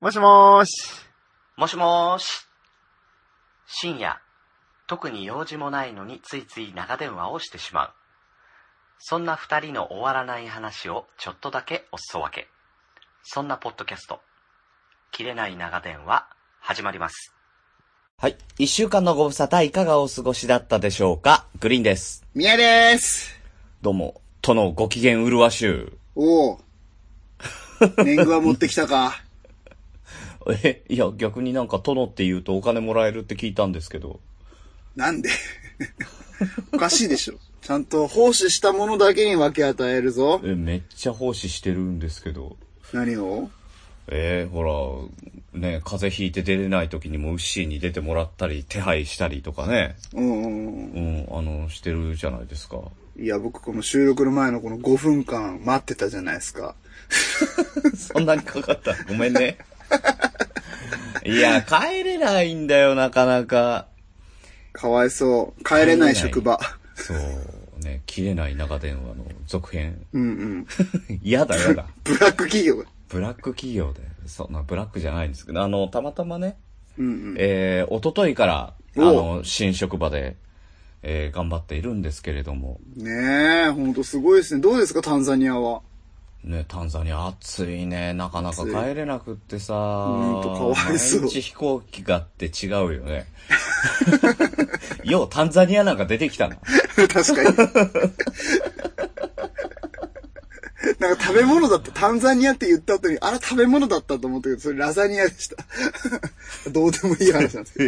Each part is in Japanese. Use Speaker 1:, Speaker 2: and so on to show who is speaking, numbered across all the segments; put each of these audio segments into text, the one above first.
Speaker 1: もしもーし。
Speaker 2: もしもーし。深夜、特に用事もないのについつい長電話をしてしまう。そんな二人の終わらない話をちょっとだけおすそ分け。そんなポッドキャスト、切れない長電話、始まります。はい。一週間のご無沙汰いかがお過ごしだったでしょうかグリーンです。
Speaker 3: 宮です。
Speaker 2: どうも、殿ご機嫌うるわしゅ
Speaker 3: おお。年貢は持ってきたか。
Speaker 2: う。え、いや、逆になんか殿って言うとお金もらえるって聞いたんですけど。
Speaker 3: なんで おかしいでしょ。ちゃんと奉仕したものだけに分け与えるぞ。
Speaker 2: え、めっちゃ奉仕してるんですけど。
Speaker 3: 何を
Speaker 2: えー、ほら、ね、風邪ひいて出れない時にもウッシーに出てもらったり、手配したりとかね、
Speaker 3: うんうん
Speaker 2: うん、あの、してるじゃないですか。
Speaker 3: うん。いや、僕この収録の前のこの5分間待ってたじゃないですか。
Speaker 2: そんなにかかったごめんね。いや、帰れないんだよ、なかなか。
Speaker 3: かわいそう。帰れない職場。
Speaker 2: そう、ね、切れない長電話の続編。
Speaker 3: うんうん。
Speaker 2: 嫌だ、嫌だ。
Speaker 3: ブラック企業。
Speaker 2: ブラック企業で。そんな、ブラックじゃないんですけど、あの、たまたまね、
Speaker 3: うんうん。
Speaker 2: えー、おとといから、あ
Speaker 3: おう
Speaker 2: の、新職場で、えー、頑張っているんですけれども、
Speaker 3: ねえ、ほんとすごいですね。どうですか、タンザニアは。
Speaker 2: ね、タンザニア暑いね。なかなか
Speaker 3: 暑い
Speaker 2: 帰れなくってさ。
Speaker 3: んとかわいそう
Speaker 2: 毎日飛行機があって違うよね。 よう、タンザニアなんか出てきたな。
Speaker 3: 確かに。なんか食べ物だった。タンザニアって言った後に、あら食べ物だったと思ったけど、それラザニアでした。どうでもいい話なんです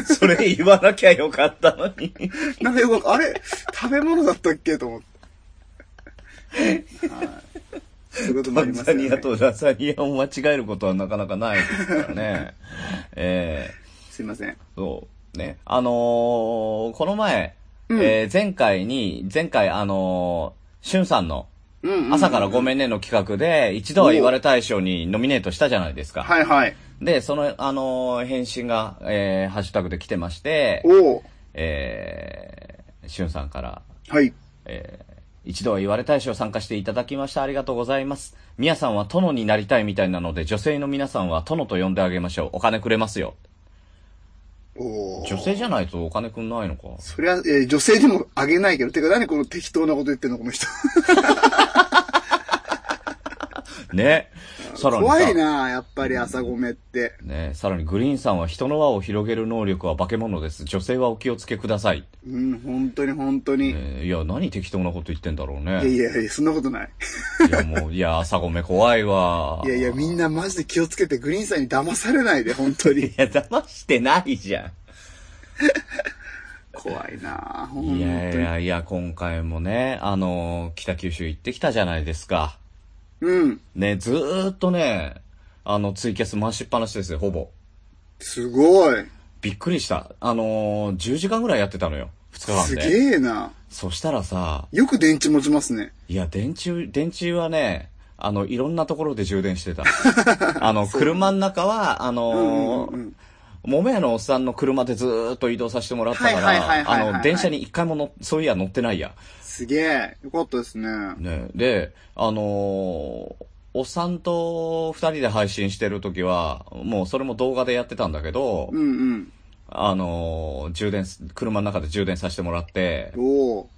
Speaker 3: よ。
Speaker 2: それ言わなきゃよかったのに。
Speaker 3: なんかよく、あれ食べ物だったっけと思って。はい。そういうことに
Speaker 2: タ
Speaker 3: なり
Speaker 2: ン
Speaker 3: ます
Speaker 2: ザ
Speaker 3: よ
Speaker 2: ニア
Speaker 3: ね。
Speaker 2: とラザニアを間違えることはなかなかないですからね。 えー
Speaker 3: すいません。
Speaker 2: そう。ね。あのーこの前、えー前回に、前回あのー、しゅんさんの、
Speaker 3: うんうん、
Speaker 2: 朝からごめんねの企画で、一度は言われ大賞にノミネートしたじゃないですか。
Speaker 3: はいはい。
Speaker 2: で、その、あのー返信が、えーハッシュタグで来てまして、
Speaker 3: おお
Speaker 2: えー、しゅんさんから、
Speaker 3: はい。
Speaker 2: えー一度は言われ大賞参加していただきました。ありがとうございます。みやさんは殿になりたいみたいなので、女性の皆さんは殿と呼んであげましょう。お金くれますよ。
Speaker 3: おお
Speaker 2: 女性じゃないとお金くんないのか。
Speaker 3: そりゃ、えー女性でもあげないけど、てか何この適当なこと言ってんの、この人。
Speaker 2: ね。さらにさ
Speaker 3: 怖いなやっぱり朝ごめって。
Speaker 2: ねさらにグリーンさんは人の輪を広げる能力は化け物です。女性はお気をつけください。
Speaker 3: うん、本当に本当に。
Speaker 2: えーいや、何適当なこと言ってんだろう
Speaker 3: い
Speaker 2: ね。
Speaker 3: やいやいや、そんなことない。
Speaker 2: いや、もう、いや、朝ごめ怖いわ。
Speaker 3: いやいや、みんなマジで気をつけて、グリーンさんに騙され ないで、本当に
Speaker 2: い。や、騙してないじゃ
Speaker 3: 怖いなぁ、本
Speaker 2: ん。
Speaker 3: 当に。
Speaker 2: いやいやいや、今回もね、あのー北九州行ってきたじゃないですか。
Speaker 3: うん。
Speaker 2: ね、ずーっとね、あの、ツイキャス回しっぱなしですよ、ほぼ。
Speaker 3: すごい。
Speaker 2: びっくりした。あのー10時間ぐらいやってたのよ。2日間で。
Speaker 3: すげえな
Speaker 2: そしたらさ、
Speaker 3: よく電池持ちますね。
Speaker 2: いや、電柱、電柱はね、あの、いろんなところで充電 してた。あの、車の中は、あのー、桃屋のおっさんの車でずーっと移動させてもらったか
Speaker 3: はいはいはい
Speaker 2: ら、
Speaker 3: はいはいはい
Speaker 2: あの、電車に一回もの、そういや乗ってないや。
Speaker 3: すげえ。よかったですね。
Speaker 2: ね。で、あのーおっさんと二人で配信してる時は、もうそれも動画でやってたんだけど、
Speaker 3: うんうん。
Speaker 2: あのー充電す、車の中で充電させてもらって、
Speaker 3: おお。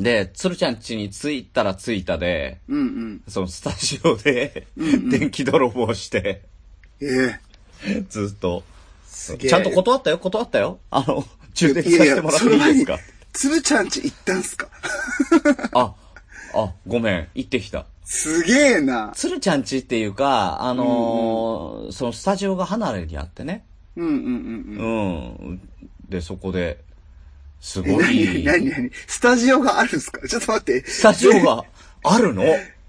Speaker 2: で、鶴ちゃん家に着いたら着いたで、
Speaker 3: うんうん。
Speaker 2: そのスタジオで、電気泥棒して、
Speaker 3: ええ
Speaker 2: ずっと。
Speaker 3: すげえ。
Speaker 2: ちゃんと断ったよ、断ったよ。あの、充電させてもらっていいですか
Speaker 3: いやいやその前につぶちゃんち行ったんすか
Speaker 2: あ、あ、ごめん、行ってきた。
Speaker 3: すげえな
Speaker 2: 鶴ちゃんちっていうか、あのーそのスタジオが離れにあってね。
Speaker 3: うんうんうん
Speaker 2: うん。で、そこで、す
Speaker 3: うん。え、
Speaker 2: ご
Speaker 3: なに
Speaker 2: い、
Speaker 3: なになにスタジオがあるんすかちょっと待って。
Speaker 2: スタジオがあるの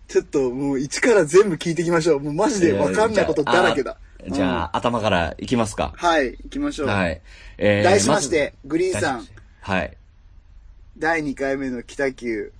Speaker 3: ちょっともう一から全部聞いていきましょう。もうマジでわかんないことだらけ
Speaker 2: じゃ
Speaker 3: だ。
Speaker 2: ああじゃあ、頭から行きますか。
Speaker 3: はい、行きましょう。
Speaker 2: はい。え
Speaker 3: 題しましてグリーンさん。
Speaker 2: ず題ししてはい。
Speaker 3: 第2回目の北九。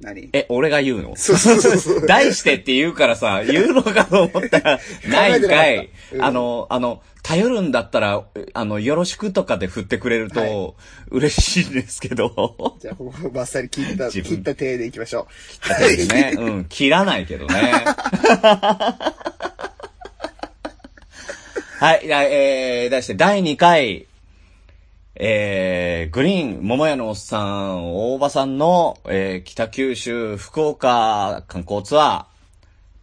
Speaker 3: 何
Speaker 2: え、俺が言うの
Speaker 3: そうそうそうそう
Speaker 2: 題してって言うからさ、言うのかと思ったら、ないんかい。
Speaker 3: うん
Speaker 2: あの、あの、頼るんだったら、あの、よろしくとかで振ってくれると、
Speaker 3: はい
Speaker 2: 嬉しいんですけど。
Speaker 3: じゃあ、ここバッサリ切った、
Speaker 2: 自分
Speaker 3: 切った手でいきましょう。
Speaker 2: だけどね、うん、切らないけどね。はい、だえー、題して第2回、えー、グリーン、桃屋のおっさん、大場さんの、えー、北九州、福岡観光ツアー、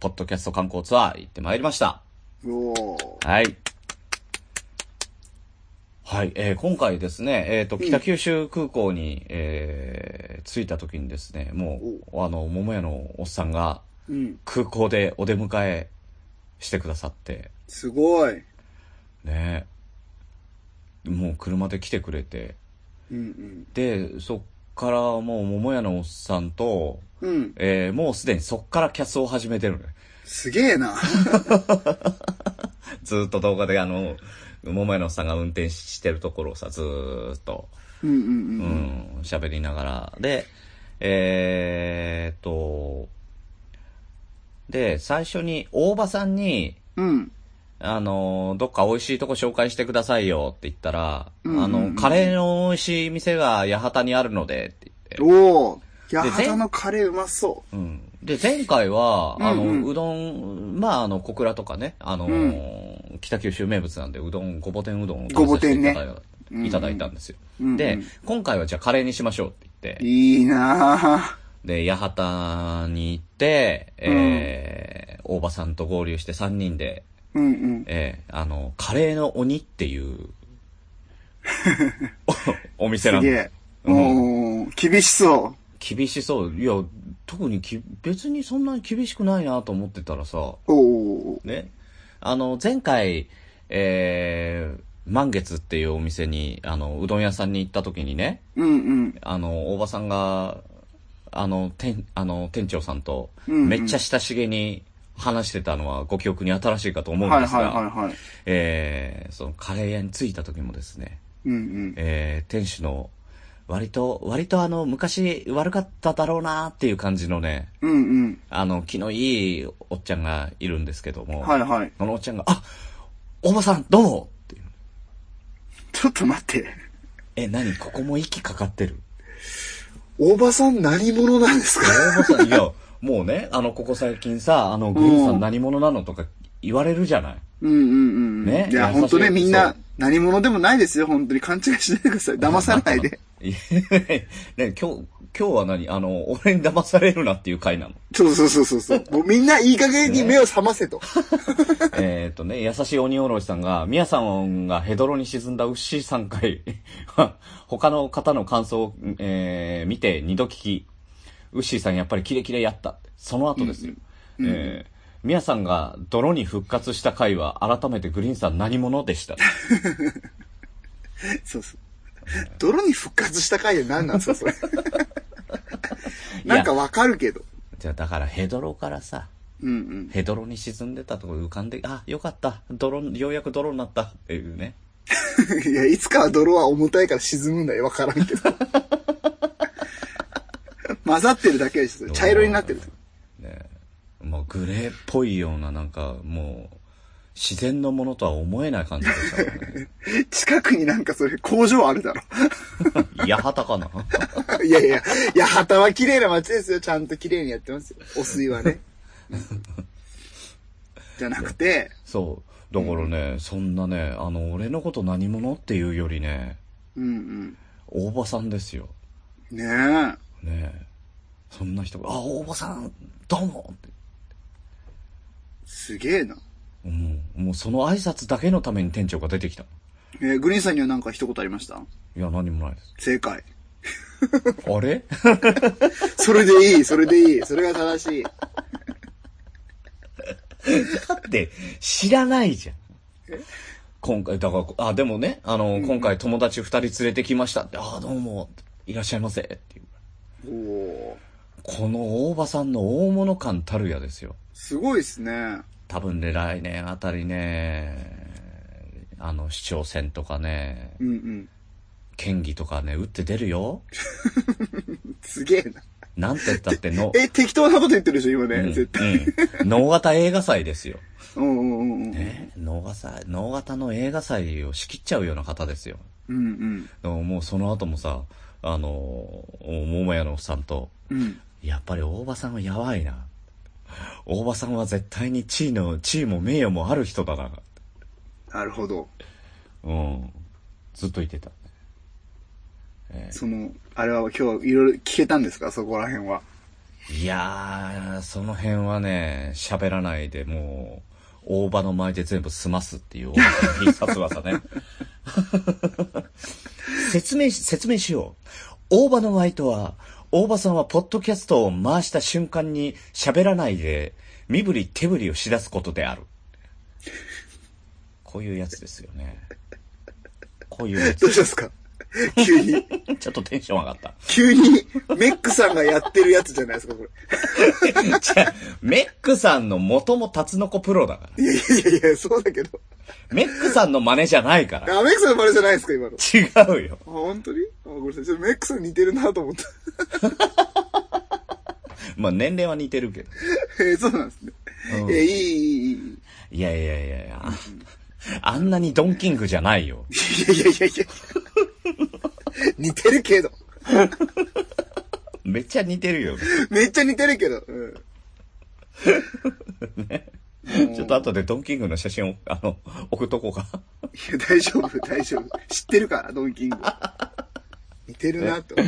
Speaker 2: ポッドキャスト観光ツアー行ってまいりました。
Speaker 3: おー
Speaker 2: はい。はい、えー今回ですね、えっ、と、北九州空港に、えー着いた時にですね、もう、あの、桃屋のおっさんが
Speaker 3: うん。
Speaker 2: 空港でお出迎えしてくださって、
Speaker 3: すごい。
Speaker 2: ね、もう車で来てくれて、
Speaker 3: うん
Speaker 2: で、そっからもう桃屋のおっさんと、
Speaker 3: うん。うん。
Speaker 2: えーもうすでにそっからキャスを始めてるのね。
Speaker 3: すげえな。
Speaker 2: ずーっと動画であの、桃屋のおっさんが運転してるところをさ、ずーっと。
Speaker 3: うんうん
Speaker 2: う
Speaker 3: うん。
Speaker 2: ん、喋りながら。で、えーっと、で、最初に大場さんに、
Speaker 3: うん。
Speaker 2: あの、どっか美味しいとこ紹介してくださいよって言ったら、
Speaker 3: うんうんうん
Speaker 2: あの、カレーの美味しい店が八幡にあるのでって言って、
Speaker 3: おー。八
Speaker 2: で前
Speaker 3: 幡のカレーうまそ
Speaker 2: うん。で、前回は、あの、う
Speaker 3: うんうん
Speaker 2: どん、まあ、あの、小倉とかね、あの、
Speaker 3: う
Speaker 2: 北九州名物なんで、うどん、ごぼ天うどんを
Speaker 3: ごぼ天ね
Speaker 2: 食べさせていただいいただいたんですよ。
Speaker 3: う。うんうん
Speaker 2: で、、今回はじゃあカレーにしましょうって言って、
Speaker 3: いいな
Speaker 2: で、八幡に行って、えー大場さんと合流して3人で、
Speaker 3: ーうんうん。
Speaker 2: えーあの、カレーの鬼っていう、 おお店なん
Speaker 3: すげ
Speaker 2: で
Speaker 3: え。おー、厳しそ
Speaker 2: 厳しそう。いや、特にき、別にそんなに厳しくないなと思ってたらさ、
Speaker 3: う。おー。
Speaker 2: ね。あの、前回、えー満月っていうお店に、あの、うどん屋さんに行った時にね、
Speaker 3: うんうん。
Speaker 2: あの、大場さんが、あの、店、あの、店長さんと、
Speaker 3: うんうん
Speaker 2: めっちゃ親しげに話してたのはご記憶に新しいかと思うん
Speaker 3: はいはい
Speaker 2: ですが、
Speaker 3: はいはい。
Speaker 2: えーそのカレー屋に着いた時もですね、
Speaker 3: うんうん。
Speaker 2: えー店主の、割と、割とあの、昔悪かっただろうなっていう感じのね、
Speaker 3: うん
Speaker 2: あの、気のいいおっちゃんがいるんですけども、
Speaker 3: うん。はいはい。
Speaker 2: そのおっちゃんが、あおばさん、どうもっていう。
Speaker 3: ちょっと待って。
Speaker 2: え、何ここも息かかってる。
Speaker 3: おばさん何者なんですか
Speaker 2: 大場さん、いや、もうね、あの、ここ最近さ、あの、グリーンさん何者なのとか言われるじゃない。
Speaker 3: うんうんうん。
Speaker 2: ね
Speaker 3: いや、
Speaker 2: 優しい
Speaker 3: 本当ね、みん
Speaker 2: そ
Speaker 3: な
Speaker 2: う、
Speaker 3: 何者でもないですよ、本当に。勘違いしないでくだ さい。騙されないで。
Speaker 2: いや ね、今日、今日は何あの、俺に騙されるなっていう回なの。
Speaker 3: そうそうそうそう そう。もうみんないい加減に目を覚ませと。
Speaker 2: えっとね、優しい鬼おろしさんが、宮さんがヘドロに沈んだ牛3回、 他の方の感想を、えー見て2度聞き、ウッシーさんやっぱりキレキレやった。その後ですよ。えー宮さんが泥に復活した回は改めてグリーンさん何者でした。
Speaker 3: そうそう。泥に復活した回で何なんですか、それ。
Speaker 2: いや
Speaker 3: なんかわかるけど。
Speaker 2: じゃあだからヘドロからさ、
Speaker 3: うんうん。
Speaker 2: ヘドロに沈んでたところ浮かんで、あ、よかった。泥、ようやく泥になったっていうね。
Speaker 3: いや、いつかは泥は重たいから沈むんだよ。わからんけど。 混ざってるだけですよ。茶色になってる。
Speaker 2: ねもうグレーっぽいような、なんかもう、自然のものとは思えない感じでしたからね。
Speaker 3: 近くになんかそれ工場あるだろ。
Speaker 2: 八幡かな
Speaker 3: いやいや、いや、旗は綺麗な街ですよ。ちゃんと綺麗にやってますよ。お水はね。じゃなくて、
Speaker 2: そう。だからね、そんなね、あの、俺のこと何者っていうよりね、
Speaker 3: うん
Speaker 2: 大場さんですよ。
Speaker 3: うん。ね
Speaker 2: ねえそんな人が、あ、大場さん、どうもって。
Speaker 3: え。すげえな。
Speaker 2: もう、もうその挨拶だけのために店長が出てきた。
Speaker 3: えーグリーンさんにはなんか一言ありました
Speaker 2: いや、何もないです。
Speaker 3: 正解。
Speaker 2: あれ
Speaker 3: それでいい、それでいい。それが正しい。
Speaker 2: だって、知らないじゃん。今回、だから、あ、でもね、あの、今回友達二人連れてきましたって、あ、どうも、いらっしゃいませ、っていう。
Speaker 3: おおー。
Speaker 2: この大場さんの大物感たるやですよ。
Speaker 3: すごいですね。
Speaker 2: 多分ね、来年あたりね、あの、市長選とかね、
Speaker 3: うんうん。
Speaker 2: 県議とかね、打って出るよ。
Speaker 3: すげえな。
Speaker 2: なんて言ったっての、
Speaker 3: え、適当なこと言ってるでしょ、今ね。
Speaker 2: うん、
Speaker 3: 絶対。
Speaker 2: うん。能型映画祭ですよ。
Speaker 3: うんうんうんうん。
Speaker 2: ね、能型祭、能型の映画祭を仕切っちゃうような方ですよ。
Speaker 3: うん
Speaker 2: でももうその後もさ、あの、桃屋のおっさんと、
Speaker 3: うん。うん。
Speaker 2: やっぱり大場さんはやばいな。大場さんは絶対に地位の、地位も名誉もある人だな。
Speaker 3: なるほど。
Speaker 2: うん。ずっと言ってた。
Speaker 3: その、あれは今日はいろいろ聞けたんですかそこら辺は。
Speaker 2: いやー、その辺はね、喋らないで、もう、大場の前で全部済ますっていう大場の必殺技ね。説明し、説明しよう。大場の前とは、大場さんはポッドキャストを回した瞬間に喋らないで、身振り手振りをしだすことである。こういうやつですよね。こういうや
Speaker 3: どう
Speaker 2: つ。
Speaker 3: したんですか 急に、
Speaker 2: ちょっとテンション上がった。
Speaker 3: 急に、メックさんがやってるやつじゃないですか、これ。
Speaker 2: じゃあメックさんの元もタツノコプロだから。
Speaker 3: いやいやいやいや、そうだけど。
Speaker 2: メックさんの真似じゃないから。
Speaker 3: あ、メックさんのバレじゃないですか、今の。あ
Speaker 2: 違うよ。
Speaker 3: 本当にあ、ごめんなさい。ちょっとメックさん似てるなと思った。
Speaker 2: まあ年齢は似てるけど。
Speaker 3: えーそうなんですね。
Speaker 2: うん
Speaker 3: えーいい、いい、いい。
Speaker 2: いやいやいやいや。あんなにドンキングじゃないよ。
Speaker 3: いやいやいやいや。似てるけど。
Speaker 2: めっちゃ似てるよ。
Speaker 3: めっちゃ似てるけど。うん。
Speaker 2: ちょっと後でドンキングの写真を、あの、送っとこうか。
Speaker 3: いや、大丈夫、大丈夫。知ってるから、ドンキング。似てるなと。はい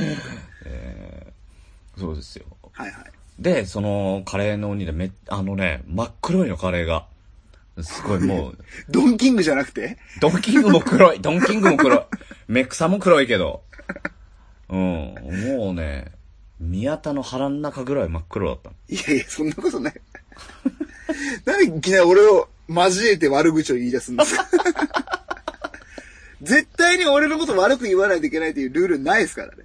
Speaker 2: そうですよ。
Speaker 3: はい。
Speaker 2: で、その、カレーの鬼でめ、あのね、真っ黒いのカレーが。すごいもう、
Speaker 3: ドンキングじゃなくて
Speaker 2: ドンキングも黒い、ドンキングも黒い。メクサも黒いけど。うん、もうね、宮田の腹の中ぐらい真っ黒だったの。
Speaker 3: いやいや、そんなことない。なんでいきなり俺を交えて悪口を言い出すんですか 絶対に俺のこと悪く言わないといけないというルールないですからね。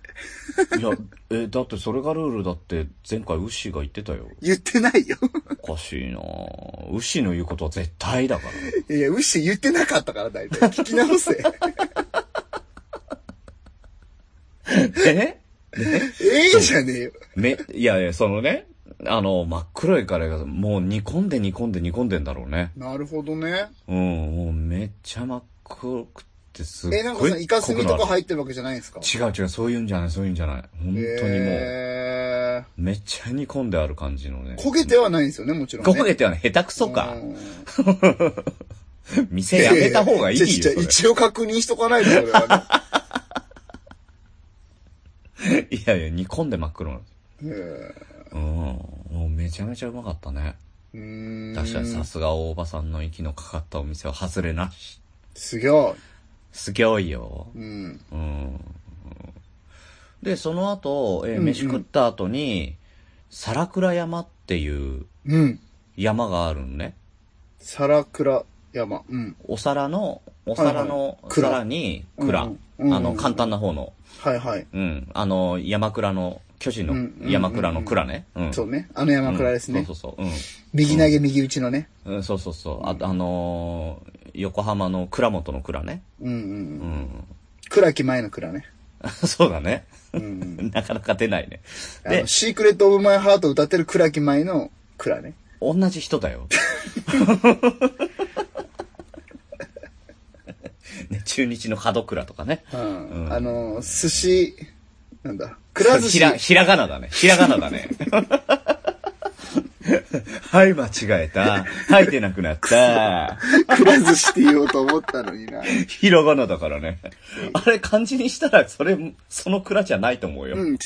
Speaker 2: いや、え、だってそれがルールだって前回ウッシーが言ってたよ。
Speaker 3: 言ってないよ。
Speaker 2: おかしいなぁ。ウッシーの言うことは絶対だから。
Speaker 3: いやいや、ウッシー言ってなかったから、大体。聞き直 せ。
Speaker 2: え
Speaker 3: ええじゃねえよ。
Speaker 2: め、いやいや、そのね、あの、真っ黒いカレーがもう煮込んで煮込んで煮込んでんだろうね。
Speaker 3: なるほどね。
Speaker 2: うん、もうめっちゃ真っ黒くってすっごい。
Speaker 3: え、なんかさ、イカスミとか入ってるわけじゃないんですか
Speaker 2: 違う違う、そういうんじゃない、そういうんじゃない。本当にもう、
Speaker 3: え
Speaker 2: めっちゃ煮込んである感じのね。
Speaker 3: ー、焦げてはないんですよね、もちろん、ね。
Speaker 2: 焦げてはね、下手くそか
Speaker 3: う。ん
Speaker 2: 店やめた方がいいよ。
Speaker 3: いやいや
Speaker 2: それ
Speaker 3: 一応確認しとかないと、俺は、
Speaker 2: いやいや、煮込んで真っ黒なんですよ。
Speaker 3: ね。え
Speaker 2: うん、もうめちゃめちゃうまかったね。
Speaker 3: ーうーん。
Speaker 2: 確かにさすが大場さんの息のかかったお店は外れなし。
Speaker 3: すげえ。
Speaker 2: すげえよ。
Speaker 3: うん。
Speaker 2: うん。で、その後、えー
Speaker 3: うんうん
Speaker 2: 飯食った後に、皿倉山っていう
Speaker 3: うん。
Speaker 2: 山があるのね。
Speaker 3: 皿倉山。うん。
Speaker 2: お皿の、お皿の
Speaker 3: はいはい
Speaker 2: 皿に
Speaker 3: 蔵
Speaker 2: 蔵。
Speaker 3: うんうん
Speaker 2: あ
Speaker 3: う
Speaker 2: の、
Speaker 3: ん
Speaker 2: 簡単な方の。
Speaker 3: はいはい。
Speaker 2: うん。あの、山倉の、巨人
Speaker 3: うんうんうんう
Speaker 2: の
Speaker 3: ん
Speaker 2: 山倉の蔵ね。うん。
Speaker 3: そうね。あの山倉ですね。
Speaker 2: うんそうそうそう。うん。
Speaker 3: 右投げ右打ちのね。
Speaker 2: うん、そうそうそう。ああのー横浜の倉本の倉ね。
Speaker 3: うんう
Speaker 2: う
Speaker 3: んうん。
Speaker 2: ん。
Speaker 3: 倉木前の倉ね。
Speaker 2: そうだね。
Speaker 3: うん うん。
Speaker 2: なかなか出ないね。
Speaker 3: あ
Speaker 2: で
Speaker 3: の、、シークレット・オブ・マイ・ハートを歌ってる倉木前の倉ね。
Speaker 2: 同じ人だよ。ね、中日の門倉とかね。
Speaker 3: うん。
Speaker 2: うん
Speaker 3: あの、寿司、なんだ。倉寿
Speaker 2: ひ
Speaker 3: 司。
Speaker 2: ら、ひらがなだね。ひらがなだね。 はい、間違えた。吐いてなくなった。
Speaker 3: くら寿司って言おうと思ったのにな。
Speaker 2: ひらがなだからね。あれ、漢字にしたら、それ、その蔵じゃないと思うよ。
Speaker 3: うん、違う。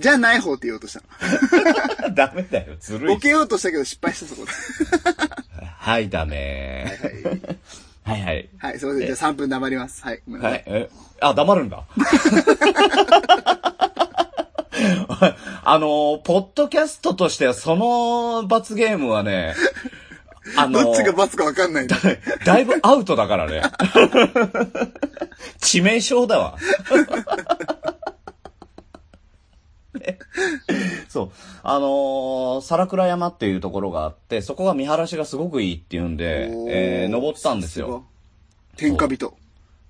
Speaker 3: じゃない方って言おうとし た
Speaker 2: ダメだよ。ずる
Speaker 3: の。
Speaker 2: い
Speaker 3: ボ。ケようとしたけど失敗したそこ
Speaker 2: はい、ダメ。
Speaker 3: だ。は
Speaker 2: は
Speaker 3: い。
Speaker 2: いはい。
Speaker 3: はい、すいません。じゃあ3分黙ります。はい、ごめんな
Speaker 2: は
Speaker 3: さい。
Speaker 2: い。え、あ、黙るんだ。あのー、ポッドキャストとしては、その罰ゲームはね、あのー
Speaker 3: どっちが罰かわかんないんだ。
Speaker 2: だいぶアウトだからね。致命傷だわ。ねそう。あのー、皿倉山っていうところがあって、そこが見晴らしがすごくいいっていうんで、
Speaker 3: おー
Speaker 2: えー登ったんですよ。。
Speaker 3: すごい天下人。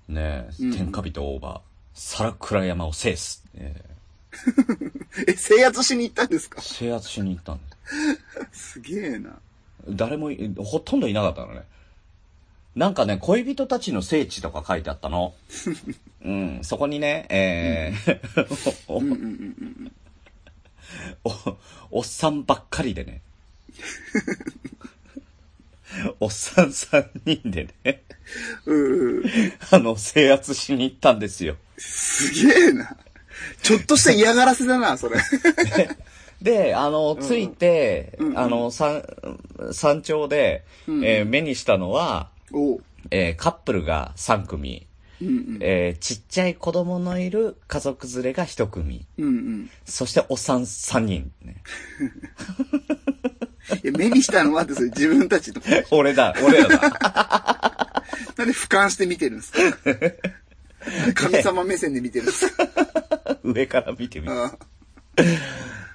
Speaker 2: ねえ、天下人オーバー、皿倉山を制す。えー
Speaker 3: え、制圧しに行ったんですか
Speaker 2: 制圧しに行ったんです。
Speaker 3: すげえな。
Speaker 2: 誰もい、ほとんどいなかったのね。なんかね、恋人たちの聖地とか書いてあった の。うん、そこにね、えー
Speaker 3: うんうんうん
Speaker 2: お、おっさんばっかりで ね。おっさん3人でね、
Speaker 3: うん。うー
Speaker 2: あの、制圧しに行ったんですよ。
Speaker 3: すげえな。ちょっとした嫌がらせだな、それ。
Speaker 2: で、あの、ついて、あの、山、山頂で、えー目にしたのは、
Speaker 3: おう。
Speaker 2: えーカップルが3組、
Speaker 3: うんうん。
Speaker 2: えーちっちゃい子供のいる家族連れが1組、
Speaker 3: うんうん。
Speaker 2: そしておっさん3人、 ね。
Speaker 3: いや目にしたのはって、それ自分たちの。
Speaker 2: 俺だ、俺ら だ。
Speaker 3: なんで俯瞰して見てるん ですか神様目線で見てるんですか
Speaker 2: 上から見てみて。
Speaker 3: あ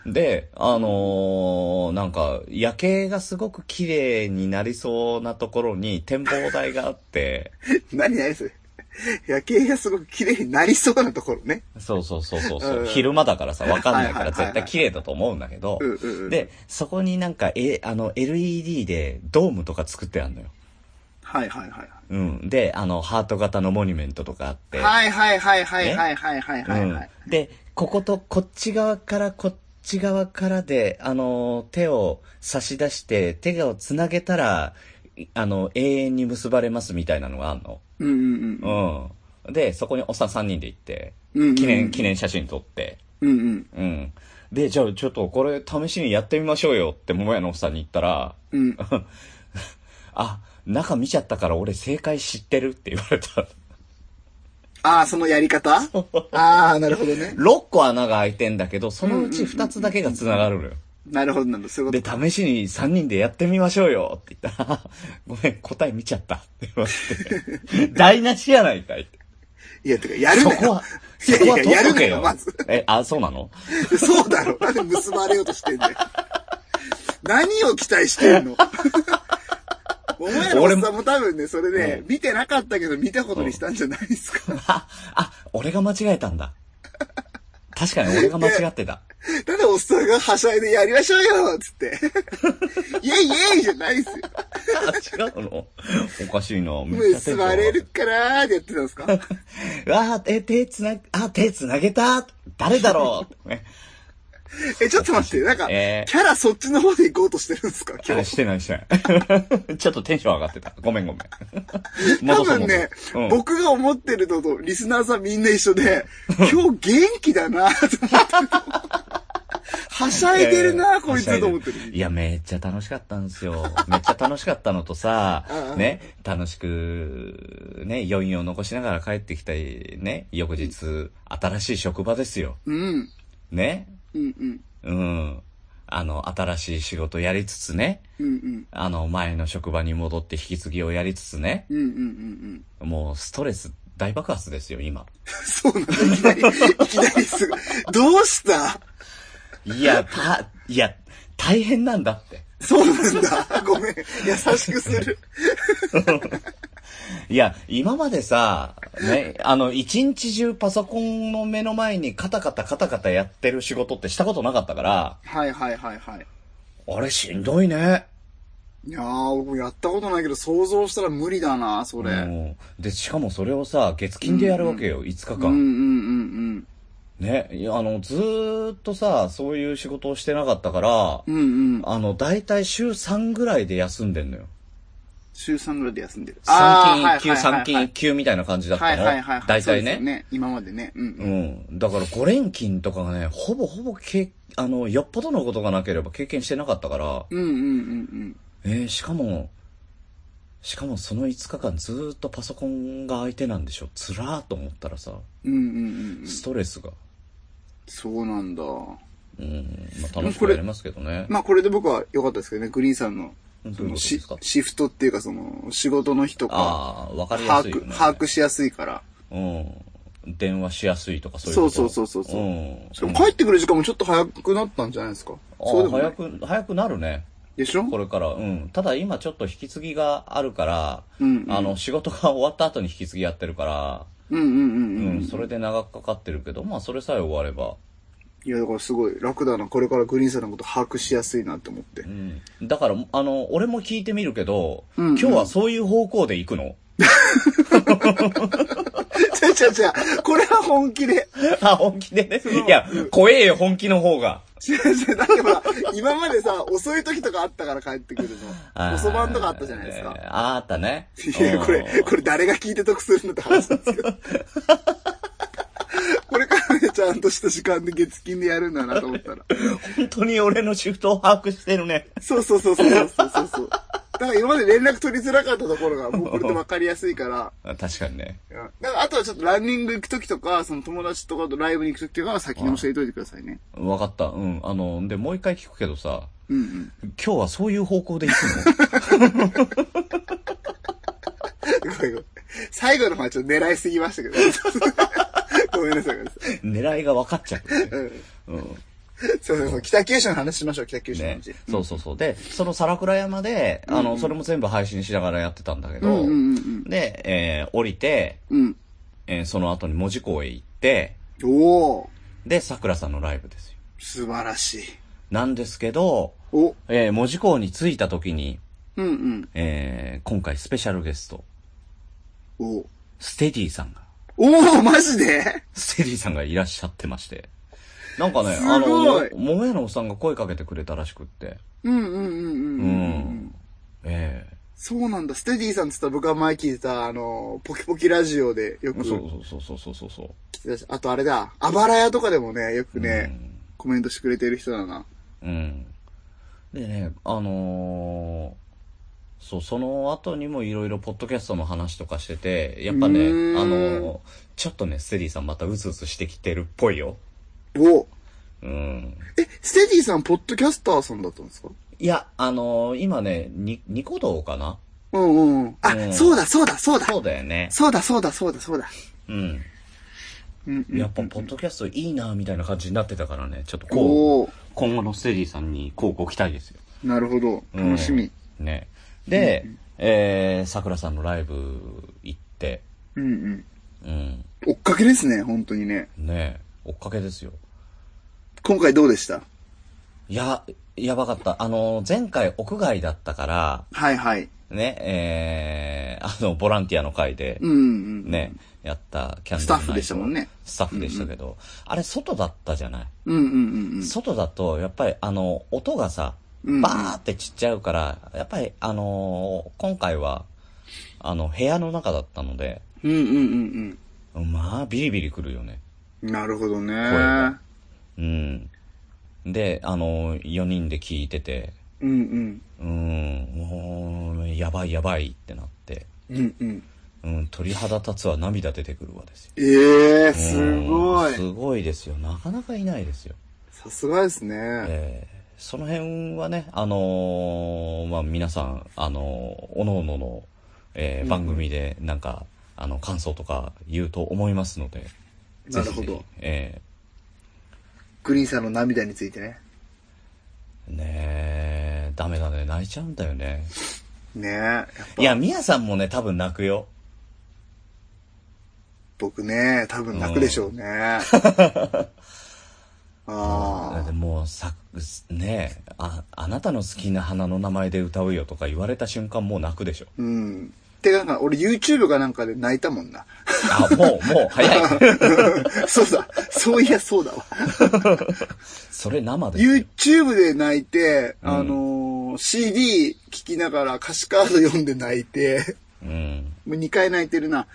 Speaker 2: で、あのーなんか、夜景がすごく綺麗になりそうなところに展望台があ って、
Speaker 3: 何何それ。夜景がすごく綺麗になりそうなところね。
Speaker 2: そうそうそうそうそうう、
Speaker 3: ん
Speaker 2: 昼間だからさ、わかんないか
Speaker 3: はいは
Speaker 2: ら
Speaker 3: いはいは
Speaker 2: 絶
Speaker 3: い
Speaker 2: 対綺麗だと思うんだけど
Speaker 3: うんうんう、ん
Speaker 2: で、そこになんか、え、あの、LED でドームとか作ってあるのよ。
Speaker 3: はいはいはい。
Speaker 2: うん。で、あの、ハート型のモニュメントとかあって、
Speaker 3: はいはいはいはいはいはいはいはいはい。
Speaker 2: うん、で、こことこっち側からこっち側からで、あのー、手を差し出して、手をつなげたら、いあの、永遠に結ばれますみたいなのがある
Speaker 3: うんうんうん。
Speaker 2: の。うん。で、そこにおっさん3人で行って、
Speaker 3: うんうん
Speaker 2: 記念、記念写真撮って、
Speaker 3: うんうん。
Speaker 2: うん。で、じゃあちょっとこれ試しにやってみましょうよって桃屋のおっさんに言ったら、
Speaker 3: うん。
Speaker 2: あ、中見ちゃったから俺正解知ってるって言われた。
Speaker 3: ああ、そのやり方ああ、なるほどね。
Speaker 2: 6個穴が開いてんだけど、そのうち2つだけが繋がるのよ。
Speaker 3: なるほどなるほど。そういうこ
Speaker 2: で、試しに3人でやってみましょうよって言ったら、 ごめん、答え見ちゃったって言わ れて、台無しやないかいって。
Speaker 3: と。いや、てか、やる
Speaker 2: そ
Speaker 3: なよ。
Speaker 2: こは、
Speaker 3: いや
Speaker 2: そこはい
Speaker 3: や
Speaker 2: 取っ
Speaker 3: やる
Speaker 2: と
Speaker 3: な
Speaker 2: け
Speaker 3: よ、
Speaker 2: よ
Speaker 3: まず。。
Speaker 2: え、あ、そうなの
Speaker 3: そうだろ。なんで結ばれようとしてんだよ。何を期待してんのお前らおっさんも多分ね、それね、見てなかったけど見たことにしたんじゃないですか。
Speaker 2: あ、あ、俺が間違えたんだ。確かに俺が間違ってた。
Speaker 3: なんでおっさんがはしゃいでやりましょうよつって。イェイイェイじゃないですよ。
Speaker 2: あ、違うのおかしいな。めっちゃテンショ
Speaker 3: 結
Speaker 2: ン上が
Speaker 3: ばれるからーってやってたんですか
Speaker 2: わあ、え、手つな、あ、手つなげた誰だろ うね
Speaker 3: え、ちょっと待って、なんか、
Speaker 2: えー
Speaker 3: キャラそっちの方で行こうとしてるんですか今
Speaker 2: あ
Speaker 3: 日。
Speaker 2: してないしてない。 ちょっとテンション上がってた。ごめんごめ ん。
Speaker 3: 多
Speaker 2: 戻そう
Speaker 3: 分ね、
Speaker 2: 戻そううん
Speaker 3: 僕が思ってるのと、リスナーさんみんな一緒で、今日元気だなと思ってる。はしゃいでるな、こいつと思ってる。
Speaker 2: いや、めっちゃ楽しかったんですよ。めっちゃ楽しかったのとさ
Speaker 3: うんう、ん
Speaker 2: ね、楽しく、ね、余韻を残しながら帰ってきたり、ね、翌日、新しい職場ですよ。
Speaker 3: うん。
Speaker 2: ね、
Speaker 3: うんうん。
Speaker 2: うん。あの、新しい仕事やりつつね、
Speaker 3: うんうん。
Speaker 2: あの、前の職場に戻って引き継ぎをやりつつね、
Speaker 3: うんうんうんうん。
Speaker 2: もうストレス大爆発ですよ、今。
Speaker 3: そうなんだ、いきなり、いきなりすごい。どうした
Speaker 2: いや、た、いや、大変なんだって。
Speaker 3: そうなんだ。ごめん。優しくする。
Speaker 2: いや、今までさ、ね、あの、一日中パソコンの目の前にカタカタカタカタやってる仕事ってしたことなかったから、
Speaker 3: はいはいはいはい。
Speaker 2: あれしんどいね。
Speaker 3: いやー、僕やったことないけど、想像したら無理だな、それ。うん
Speaker 2: うんで、しかもそれをさ、月金でやるわけよ、5日
Speaker 3: うんうん
Speaker 2: 間。
Speaker 3: うん。
Speaker 2: ね、いやあの、ずーっとさ、そういう仕事をしてなかったから、
Speaker 3: うんうん。
Speaker 2: あの、だいたい週3ぐらいで休んでんのよ。
Speaker 3: 週3ぐらいで休んでる。
Speaker 2: 3金
Speaker 3: あー
Speaker 2: 1級、3金1級みたいな感じだった
Speaker 3: はいはいはい。
Speaker 2: の。だいた
Speaker 3: そうで
Speaker 2: い
Speaker 3: すよ
Speaker 2: ね。
Speaker 3: ね。今までね。うんう。
Speaker 2: うんん。だから5連勤とかがね、ほぼほぼけ、あの、よっぽどのことがなければ経験してなかったから、
Speaker 3: うんうんうん
Speaker 2: えー、しかも、しかもその5日間ずーっとパソコンが相手なんでしょ。つらーと思ったらさ、
Speaker 3: うん。うんうんうん。
Speaker 2: ストレスが。
Speaker 3: そうなんだ。
Speaker 2: うん。まあ、楽しくやりますけどね。
Speaker 3: まあこれで僕は良かったですけどね、グリーンさんの
Speaker 2: うん、
Speaker 3: そ
Speaker 2: どういう
Speaker 3: の
Speaker 2: こと
Speaker 3: シ
Speaker 2: ですか
Speaker 3: シフトっていうかその、仕事の日とか、
Speaker 2: ああ、わかりや
Speaker 3: 把
Speaker 2: すいよ
Speaker 3: 握、
Speaker 2: ね。
Speaker 3: 把握しやすいから。
Speaker 2: うん。電話しやすいとかそういう
Speaker 3: そ
Speaker 2: こ
Speaker 3: う
Speaker 2: と
Speaker 3: そうそうそうそうう。
Speaker 2: ん。
Speaker 3: しかも帰ってくる時間もちょっと早くなったんじゃないですか。そう
Speaker 2: あ
Speaker 3: で
Speaker 2: あ、
Speaker 3: もな
Speaker 2: 早
Speaker 3: い。
Speaker 2: く、早くなるね。
Speaker 3: でしょ
Speaker 2: これから、うん。ただ今ちょっと引き継ぎがあるから、
Speaker 3: うんうん
Speaker 2: あの、仕事が終わった後に引き継ぎやってるから、
Speaker 3: うんうんう
Speaker 2: うん、
Speaker 3: うんん。
Speaker 2: それで長くかかってるけど、まあそれさえ終われば、
Speaker 3: いや、だからすごい楽だな。これからグリーンさんのこと把握しやすいなって思って
Speaker 2: う。ん。だから、あの、俺も聞いてみるけど、
Speaker 3: うんうん
Speaker 2: 今日はそういう方向で行くの
Speaker 3: 違う違う違う。これは本気で。
Speaker 2: あ、 本気でね。いや、怖えよ、本気の方が。
Speaker 3: 違う違う。だってほら、今までさ、遅い時とかあったから帰ってくるの。遅番とかあったじゃないです
Speaker 2: え
Speaker 3: か。
Speaker 2: ーあーあったね。
Speaker 3: いや、これ、これ誰が聞いて得するのって話なんですけど。これからね、ちゃんとした時間で月金でやるんだなと思ったら。
Speaker 2: 本当に俺のシフトを把握してるね。
Speaker 3: そうそうそうそうそうそうそうそう。だから今まで連絡取りづらかったところが、もうこれで分かりやすいから。
Speaker 2: 確かにね。
Speaker 3: いやだからあとはちょっとランニング行くときとか、その友達とかとライブに行くときとかは先に教えといてくださいね。
Speaker 2: わかった。うん。あの、で、もう一回聞くけどさ、
Speaker 3: うんうん。
Speaker 2: 今日はそういう方向で行くの
Speaker 3: ごめんごめん最後の方はちょっと狙いすぎました けど。ごめんなさい。ごめんなさい
Speaker 2: 狙いが分かっちゃう、ね。
Speaker 3: うん
Speaker 2: うん。
Speaker 3: そうそうそう。北九州の話しましょう、北九州の
Speaker 2: ね
Speaker 3: 話。。
Speaker 2: そうそうそう。で、その皿倉山で、あの、それも全部配信しながらやってたんだけ
Speaker 3: うん
Speaker 2: ど、
Speaker 3: うんうんうん。
Speaker 2: で、えー降りて、
Speaker 3: うん。
Speaker 2: えーその後に門司港へ行って、
Speaker 3: おー、
Speaker 2: で、桜さんのライブですよ。
Speaker 3: 素晴らしい。
Speaker 2: なんですけど、
Speaker 3: お、
Speaker 2: えー、門司港に着いた時に、
Speaker 3: うんうん。
Speaker 2: えー今回スペシャルゲスト、
Speaker 3: お
Speaker 2: ステディさんが、
Speaker 3: おー、マジで
Speaker 2: ステディさんがいらっしゃってまして。なんかね、
Speaker 3: すごい
Speaker 2: あの、ももやのおっさんが声かけてくれたらしくって。
Speaker 3: うんうんうん
Speaker 2: う
Speaker 3: うんうんん。。
Speaker 2: え
Speaker 3: そうなんだ。ステディさんって言ったら僕が前聞いてた、あの、ポキポキラジオで
Speaker 2: え
Speaker 3: よく
Speaker 2: そ
Speaker 3: 来
Speaker 2: うそうそうそうそうそう。
Speaker 3: てたし、あとあれだ、あばら屋とかでもね、よくね、
Speaker 2: うん
Speaker 3: コメントしてくれてる人だな。
Speaker 2: うん。でね、あのーそう、その後にもいろいろポッドキャストの話とかしてて、やっぱね、
Speaker 3: うーん
Speaker 2: あのーちょっとね、ステディさんまたうつうつしてきてるっぽいよ。
Speaker 3: お
Speaker 2: うん。
Speaker 3: え、ステディさん、ポッドキャスターさんだったんですか
Speaker 2: いや、あのー今ね、に、ニコ動かな
Speaker 3: うんうんうん。あ、
Speaker 2: うん
Speaker 3: そうだそうだそうだ
Speaker 2: そうだよね。
Speaker 3: そうだそうだそうだそうだ。
Speaker 2: うん。
Speaker 3: うんうん
Speaker 2: やっぱ、ポッドキャストいいな、みたいな感じになってたからね、ちょっとこう、
Speaker 3: おお
Speaker 2: 今後のステディさんに、こうご期待ですよ。
Speaker 3: なるほど。
Speaker 2: うん
Speaker 3: 楽しみ。
Speaker 2: ね。で、えー、桜さんのライブ行って、
Speaker 3: うんうん。
Speaker 2: うん。
Speaker 3: 追っかけですね、本当にね。
Speaker 2: ね追っかけですよ。
Speaker 3: 今回どうでした
Speaker 2: いや、やばかった。あの、前回屋外だったから、
Speaker 3: はいはい。
Speaker 2: ね、えー、あの、ボランティアの会で
Speaker 3: う、んうん。
Speaker 2: ね、やったキャンドルナイト
Speaker 3: スタッフでしたもんね。
Speaker 2: スタッフでしたけど、あれ外だったじゃない、
Speaker 3: うんうんうんうん。
Speaker 2: 外だと、やっぱりあの、音がさ、
Speaker 3: うん
Speaker 2: バーって散っちゃうから、やっぱりあの今回は、あの、部屋の中だったので、
Speaker 3: うんうんうん
Speaker 2: まあ、ビリビリくるよね。
Speaker 3: うん。なるほどね。
Speaker 2: がうん。で、あの、4人で聞いてて、
Speaker 3: うん
Speaker 2: うん、もう、やばいやばいってなって、
Speaker 3: うん。うんうん。
Speaker 2: うん、鳥肌立つわ涙出てくるわですよ。
Speaker 3: ええー、すご
Speaker 2: うん
Speaker 3: い。
Speaker 2: すごいですよ。なかなかいないですよ。
Speaker 3: さすがですね。
Speaker 2: えーその辺はね、あのーまあ、皆さん、あのー、おのおのの、えー番組で、なんか、あの、感想とか言うと思いますので、
Speaker 3: なる
Speaker 2: ぜ
Speaker 3: ほ
Speaker 2: ひぜ
Speaker 3: ど
Speaker 2: ひ。え
Speaker 3: グリーンさんの涙についてね。
Speaker 2: ーねえ、ダメだね、泣いちゃうんだよね。
Speaker 3: ねえ。やっぱ
Speaker 2: いや、みやさんもね、多分泣くよ。
Speaker 3: 僕ね、多分泣くでしょうね。あ
Speaker 2: だっ
Speaker 3: あ
Speaker 2: てもうさ、ねえ、あ、あなたの好きな花の名前で歌うよとか言われた瞬間もう泣くでしょ。
Speaker 3: ー。うん。てかなんか、俺 YouTube かなんかで泣いたもんな。
Speaker 2: あ、もう、もう、早い。
Speaker 3: そうだ。そういや、そうだわ。
Speaker 2: それ生ですよ。
Speaker 3: YouTube で泣いて、
Speaker 2: うん
Speaker 3: あのー CD 聴きながら歌詞カード読んで泣いて、
Speaker 2: うん。
Speaker 3: もう2回泣いて るな。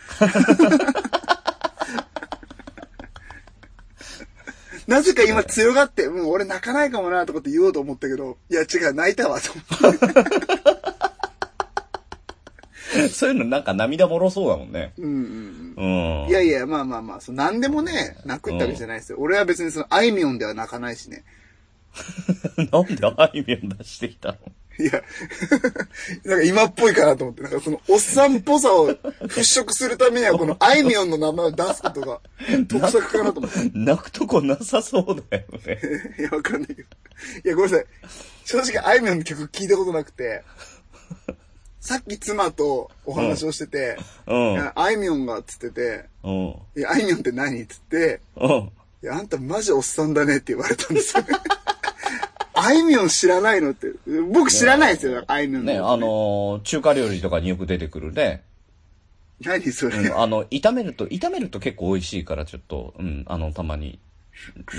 Speaker 3: なぜか今強がって、もう俺泣かないかもなとかって言おうと思ったけど、いや違う、泣いたわと思って。
Speaker 2: そういうのなんか涙もろそうだもんね。
Speaker 3: うんうん
Speaker 2: うん。
Speaker 3: うん。いやいや、まあまあまあ、そうなんでもね、泣くってわけじゃないですよ。俺は別にその、あいみょんでは泣かないしね。
Speaker 2: なんであいみょん出してきたの
Speaker 3: いや、 なんか今っぽいかなと思って、なんかそのおっさんっぽさを払拭するためには、このあいみょんの名前を出すこ とが得策かなと思って。
Speaker 2: 泣くとこなさそうだよね。
Speaker 3: いや、わかんないけど。いや、ごめんなさい。正直、あいみょんの曲聞いたことなくて、さっき妻とお話をしてて、
Speaker 2: うん
Speaker 3: いやあいみょんがっつってて、
Speaker 2: うん。
Speaker 3: いや、あいみょんって何っつって、
Speaker 2: うん。
Speaker 3: いや、あんたマジおっさんだねって言われたんですよ。 あいみょん知らないのって。僕知らないですよ、あいみょんの
Speaker 2: ね、
Speaker 3: こと
Speaker 2: あのー中華料理とかによく出てくるね。
Speaker 3: 何それ。
Speaker 2: うん、あの、炒めると、炒めると結構美味しいから、ちょっと、うん、あの、たまに、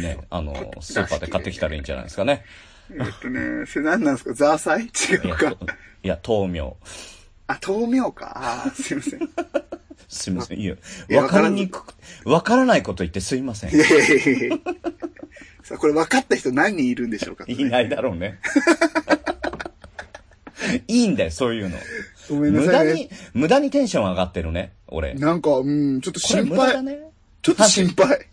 Speaker 2: ね、あの、スーパーで買ってきたらいいんじゃないですかね。
Speaker 3: えっとね、それ何なんですかザーサイ違
Speaker 2: いうや、
Speaker 3: か
Speaker 2: と。いや豆苗。
Speaker 3: あ、豆苗か。あーすいま せん。い
Speaker 2: すいません。いや
Speaker 3: い、や
Speaker 2: わかりにくく、わからないこと言ってすいません。
Speaker 3: やいやいやいやさあ、これ分かった人何人いるんでしょうか、
Speaker 2: いないだろう ね。いいんだよ、そういうの。
Speaker 3: ごめんな
Speaker 2: 無
Speaker 3: さ
Speaker 2: 駄
Speaker 3: い
Speaker 2: に
Speaker 3: ね。、
Speaker 2: 無駄にテンション上がってるね、俺。
Speaker 3: なんか、うん、ちょっと
Speaker 2: これ
Speaker 3: 心
Speaker 2: 無駄
Speaker 3: 配。
Speaker 2: だね。
Speaker 3: ちょっと心配。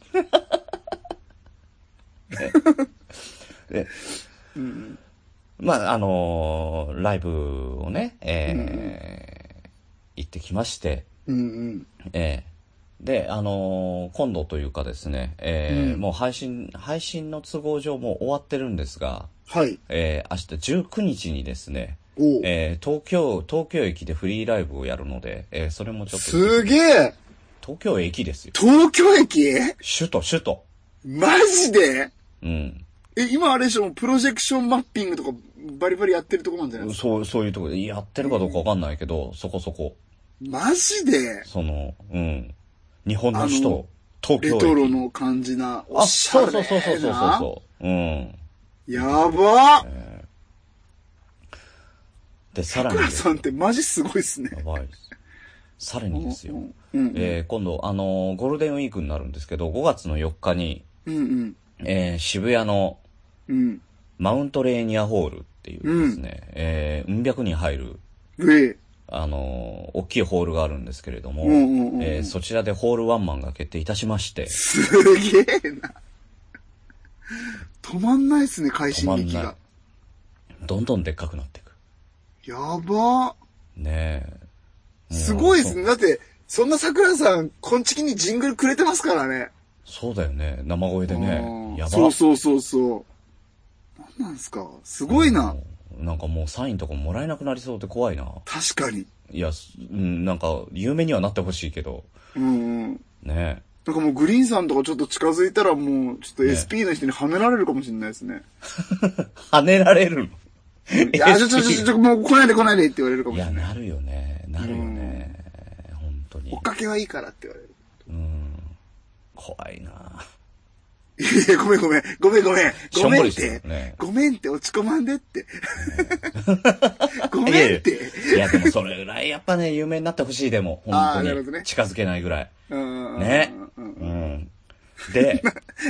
Speaker 2: でまあ、あのーライブをね、えー行ってきまして、
Speaker 3: うんうん。
Speaker 2: ええで、あのー今度というかですね、えー
Speaker 3: うん
Speaker 2: もう配信、配信の都合上もう終わってるんですが、
Speaker 3: はい。
Speaker 2: えー明日19日にですね、
Speaker 3: おう
Speaker 2: えー東京、東京駅でフリーライブをやるので、えーそれもちょっと。
Speaker 3: すげえ
Speaker 2: 東京駅ですよ。
Speaker 3: 東京駅
Speaker 2: 首都、首都。
Speaker 3: マジで
Speaker 2: うん。
Speaker 3: え、今あれでしょ、プロジェクションマッピングとかバリバリやってるとこなんじゃないですか
Speaker 2: そう、そういうとこで、やってるかどうかわかんないけど、そこそこ、
Speaker 3: マジで
Speaker 2: その、うん。日本の首
Speaker 3: あの
Speaker 2: 都、東京
Speaker 3: レ
Speaker 2: 駅。
Speaker 3: トロの感じな。お
Speaker 2: あ、
Speaker 3: しゃ
Speaker 2: そ
Speaker 3: れ
Speaker 2: う
Speaker 3: な。
Speaker 2: そうそうそうそうそう。うん。
Speaker 3: やば
Speaker 2: で、さら
Speaker 3: ふ
Speaker 2: に
Speaker 3: く
Speaker 2: で
Speaker 3: ら
Speaker 2: す
Speaker 3: さ
Speaker 2: よ
Speaker 3: んってマジすごいっすね。
Speaker 2: やばいです。さらにですよ。
Speaker 3: うん。
Speaker 2: えー今度、あのーゴールデンウィークになるんですけど、5月の4日に、
Speaker 3: うんうん。
Speaker 2: えー渋谷の
Speaker 3: うん。
Speaker 2: マウントレーニアホールっていうですね、えー、うん百人入る、
Speaker 3: うえ。
Speaker 2: あのー大きいホールがあるんですけれども、
Speaker 3: うんうんうんうん
Speaker 2: えーそちらでホールワンマンが決定いたしまして、
Speaker 3: すげえな。止まんないっすね、快進撃
Speaker 2: 止まんな
Speaker 3: が。
Speaker 2: どんどんでっかくなっていく。
Speaker 3: やば
Speaker 2: ねえ。
Speaker 3: すごいっす
Speaker 2: ね。
Speaker 3: ね。だって、そんな桜さん、こんちきにジングルくれてますからね。
Speaker 2: そうだよね。生声でね
Speaker 3: う。ん
Speaker 2: やば
Speaker 3: そうそうそうそう。なんなんすかすごいな。
Speaker 2: うんなんかもうサインとかもらえなくなりそうで怖いな。
Speaker 3: 確かに。
Speaker 2: いや、すうん、なんか、有名にはなってほしいけど、
Speaker 3: うんうん。
Speaker 2: ね
Speaker 3: なんかもうグリーンさんとかちょっと近づいたらもう、ちょっと
Speaker 2: ね
Speaker 3: SP の人にはめられるかもしれないですね。
Speaker 2: え。跳ねられるの
Speaker 3: いや、ちょちょちょちょ、もう来ないで来ないでって言われるかも
Speaker 2: い
Speaker 3: しれ
Speaker 2: や、
Speaker 3: ない。
Speaker 2: なるよね。なるよね。本当に
Speaker 3: 追っ。かけはいいからって言われる。
Speaker 2: うん。怖いな。
Speaker 3: いや、ごめんごめん。ごめんごめん。
Speaker 2: し
Speaker 3: ご
Speaker 2: ょん
Speaker 3: め
Speaker 2: ぼ
Speaker 3: ん
Speaker 2: り
Speaker 3: っ
Speaker 2: してる
Speaker 3: て
Speaker 2: よ。ね。
Speaker 3: ごめんって落ち込まんでって。ごめんっ
Speaker 2: い
Speaker 3: て。
Speaker 2: やいや、でもそれぐらい、やっぱね、有名になってほしい、でも。
Speaker 3: あー
Speaker 2: 本
Speaker 3: なる
Speaker 2: 当
Speaker 3: ほどね
Speaker 2: に。近づけないぐらい。
Speaker 3: うん
Speaker 2: ね。う
Speaker 3: うん
Speaker 2: ん。 で、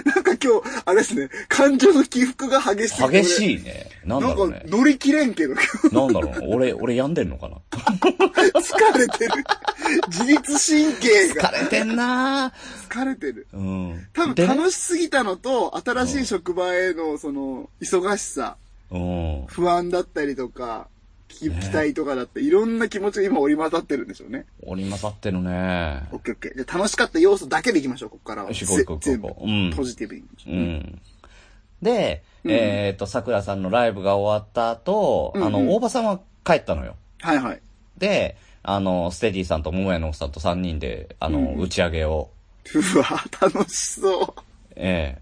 Speaker 3: なんか今日、あれですね、感情の起伏が激しい。
Speaker 2: 激しいね。なん
Speaker 3: 俺。
Speaker 2: だ
Speaker 3: な
Speaker 2: ろうん
Speaker 3: か
Speaker 2: ね、。
Speaker 3: 乗り切れんけど、
Speaker 2: なんだろう。俺、俺病んでんのかな。
Speaker 3: 疲れてる。 自律神経が
Speaker 2: 疲れてんな
Speaker 3: 疲れてる。
Speaker 2: うん。
Speaker 3: 多分
Speaker 2: でね
Speaker 3: 楽しすぎたのと、新しい職場への、その、忙しさ、
Speaker 2: うん。
Speaker 3: 不安だったりとか、き期
Speaker 2: ね
Speaker 3: 待とかだって、いろんな気持ちが今折り混ざってるんでしょうね。
Speaker 2: 折り混ざってるね。
Speaker 3: オッケーオッケー。じゃあ楽しかった要素だけでいきましょう、ここからは。
Speaker 2: よし行こう
Speaker 3: ぜ
Speaker 2: 行こう行こううん
Speaker 3: 全部ポジティブに。
Speaker 2: うん。で、
Speaker 3: うん
Speaker 2: えっと、桜さんのライブが終わった後、
Speaker 3: うんうん
Speaker 2: あの、大場さんは帰ったのよ。
Speaker 3: はいはい。
Speaker 2: で、あの、ステディさんと桃屋のおっさんと3人で、あの、
Speaker 3: うん
Speaker 2: 打ち上げを、
Speaker 3: うわ、楽しそう。
Speaker 2: え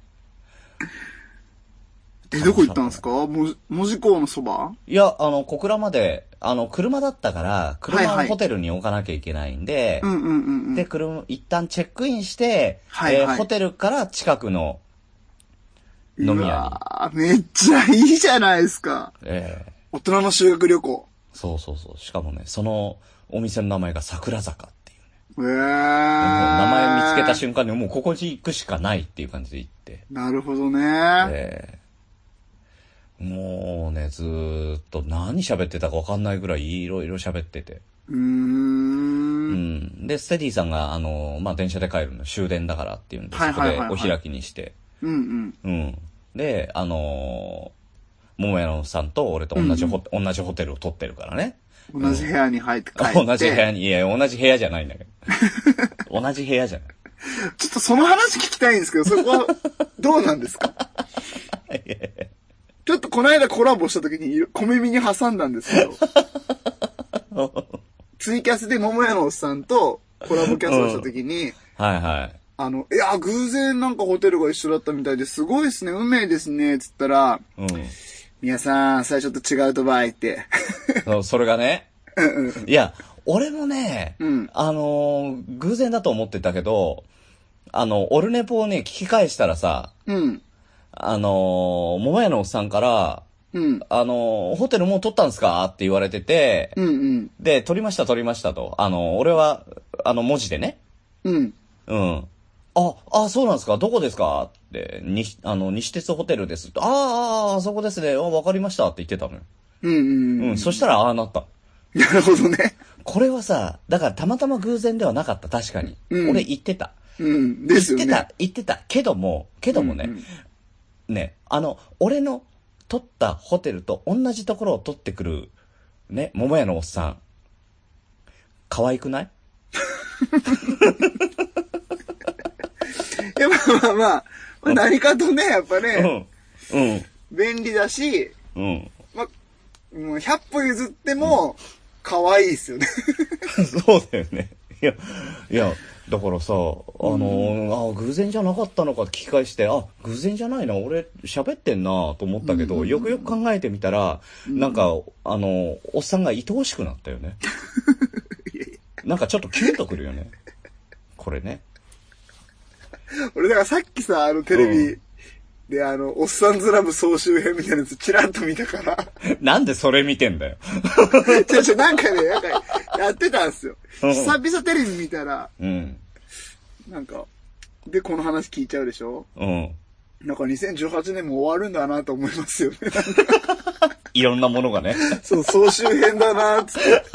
Speaker 3: え、どこ行ったんですかもじ、門司港のそば
Speaker 2: えいや、あの、小倉まで、あの、車だったから、
Speaker 3: は
Speaker 2: 車
Speaker 3: いは
Speaker 2: を
Speaker 3: い
Speaker 2: ホテルに置かなきゃいけないんで、
Speaker 3: うんうんうんうん。
Speaker 2: で、車、一旦チェックインして、
Speaker 3: はいはい
Speaker 2: えーホテルから近くの飲み屋
Speaker 3: う
Speaker 2: に、
Speaker 3: わめっちゃいいじゃないですか。
Speaker 2: ええ
Speaker 3: 大人の修学旅行。
Speaker 2: そうそうそう。しかもね、そのお店の名前が桜坂っていうね。も
Speaker 3: えー。
Speaker 2: う名
Speaker 3: 名
Speaker 2: 前見つけた瞬間にもうここに行くしかないっていう感じで行って。
Speaker 3: なるほどね。
Speaker 2: ええもうね、ずーっと何喋ってたかわかんないぐらいいろいろ喋ってて。
Speaker 3: うー。
Speaker 2: うんん。で、ステディさんが、あの、まあ、電車で帰るの終電だからっていうんで、
Speaker 3: はい
Speaker 2: そこ
Speaker 3: はいはい
Speaker 2: で
Speaker 3: はい
Speaker 2: お開きにして。
Speaker 3: うんう
Speaker 2: う
Speaker 3: ん。
Speaker 2: ん。で、あのー、桃屋のおっさんと俺と同じホ、同じホテルを取ってるからね。
Speaker 3: 同じ部屋に入って帰って。
Speaker 2: 同じ部屋に、いや、同じ部屋じゃないんだけ ど。同じ部屋じゃない。
Speaker 3: ちょっとその話聞きたいんですけど、そこはどうなんですかちょっとこの間コラボした時に小耳に挟んだんです けど、ツイキャスで桃屋のおっさんとコラボキャストした時に、
Speaker 2: はいはい。
Speaker 3: あの、いや、偶然なんかホテルが一緒だったみたいですごいですね、運命ですね、つったら、
Speaker 2: うん。
Speaker 3: 皆さん、それちょっと違うとばいって。
Speaker 2: そうそれがね。いや、俺もね、
Speaker 3: うん
Speaker 2: あのー偶然だと思ってたけど、あの、オルネポをね、聞き返したらさ、
Speaker 3: うん。
Speaker 2: あのー桃屋のおっさんから、
Speaker 3: うん。
Speaker 2: あのーホテルもう取ったんすかって言われてて、
Speaker 3: うんうん。
Speaker 2: で、取りました取りましたと。あのー俺は、あの、文字でね。
Speaker 3: うん。
Speaker 2: うん。あ、あ、そうなんですかどこですかって、に、あの、西鉄ホテルです。あーあー、あそこですね。あ、わかりましたって言ってたのよ。
Speaker 3: うんうん
Speaker 2: う、
Speaker 3: うんん。
Speaker 2: そしたらああなった。
Speaker 3: なるほどね。
Speaker 2: これはさ、だからたまたま偶然ではなかった、確かに。
Speaker 3: うん
Speaker 2: 俺言ってた。
Speaker 3: うん。ですよ
Speaker 2: 言
Speaker 3: ね。
Speaker 2: ってた、言ってた。けども、けどもね、
Speaker 3: うん
Speaker 2: ね、あの、俺の取ったホテルと同じところを取ってくる、ね、桃屋のおっさん。可愛くない
Speaker 3: いや、まあまあまあ、まあ、何かとね、やっぱ
Speaker 2: う
Speaker 3: ね、
Speaker 2: ん。うん。
Speaker 3: 便利だし、
Speaker 2: うん。
Speaker 3: まあ、もう100歩譲っても、可愛いですよね。
Speaker 2: そうだよね。いや、いや、だからさ、あのーあ、偶然じゃなかったのかって聞き返して、あ、偶然じゃないな、俺喋ってんなと思ったけど、よくよく考えてみたら、なんか、あのーおっさんが愛おしくなったよ ね。なんかちょっとキュンとくるよね。これね。
Speaker 3: 俺、だからさっきさ、あの、テレビで、あの、おっさんずラブ総集編みたいなやつ、チラッと見たから。
Speaker 2: なんでそれ見てんだよ。
Speaker 3: 違う違う、なんかね、なんか、やってたんです
Speaker 2: う
Speaker 3: よ。
Speaker 2: ん
Speaker 3: 久々テレビ見たら、
Speaker 2: うん。
Speaker 3: なんか、で、この話聞いちゃうでしょ
Speaker 2: うん。
Speaker 3: なんか2018年も終わるんだなと思いますよね。
Speaker 2: いろんなものがね。
Speaker 3: そう、総集編だなっつって。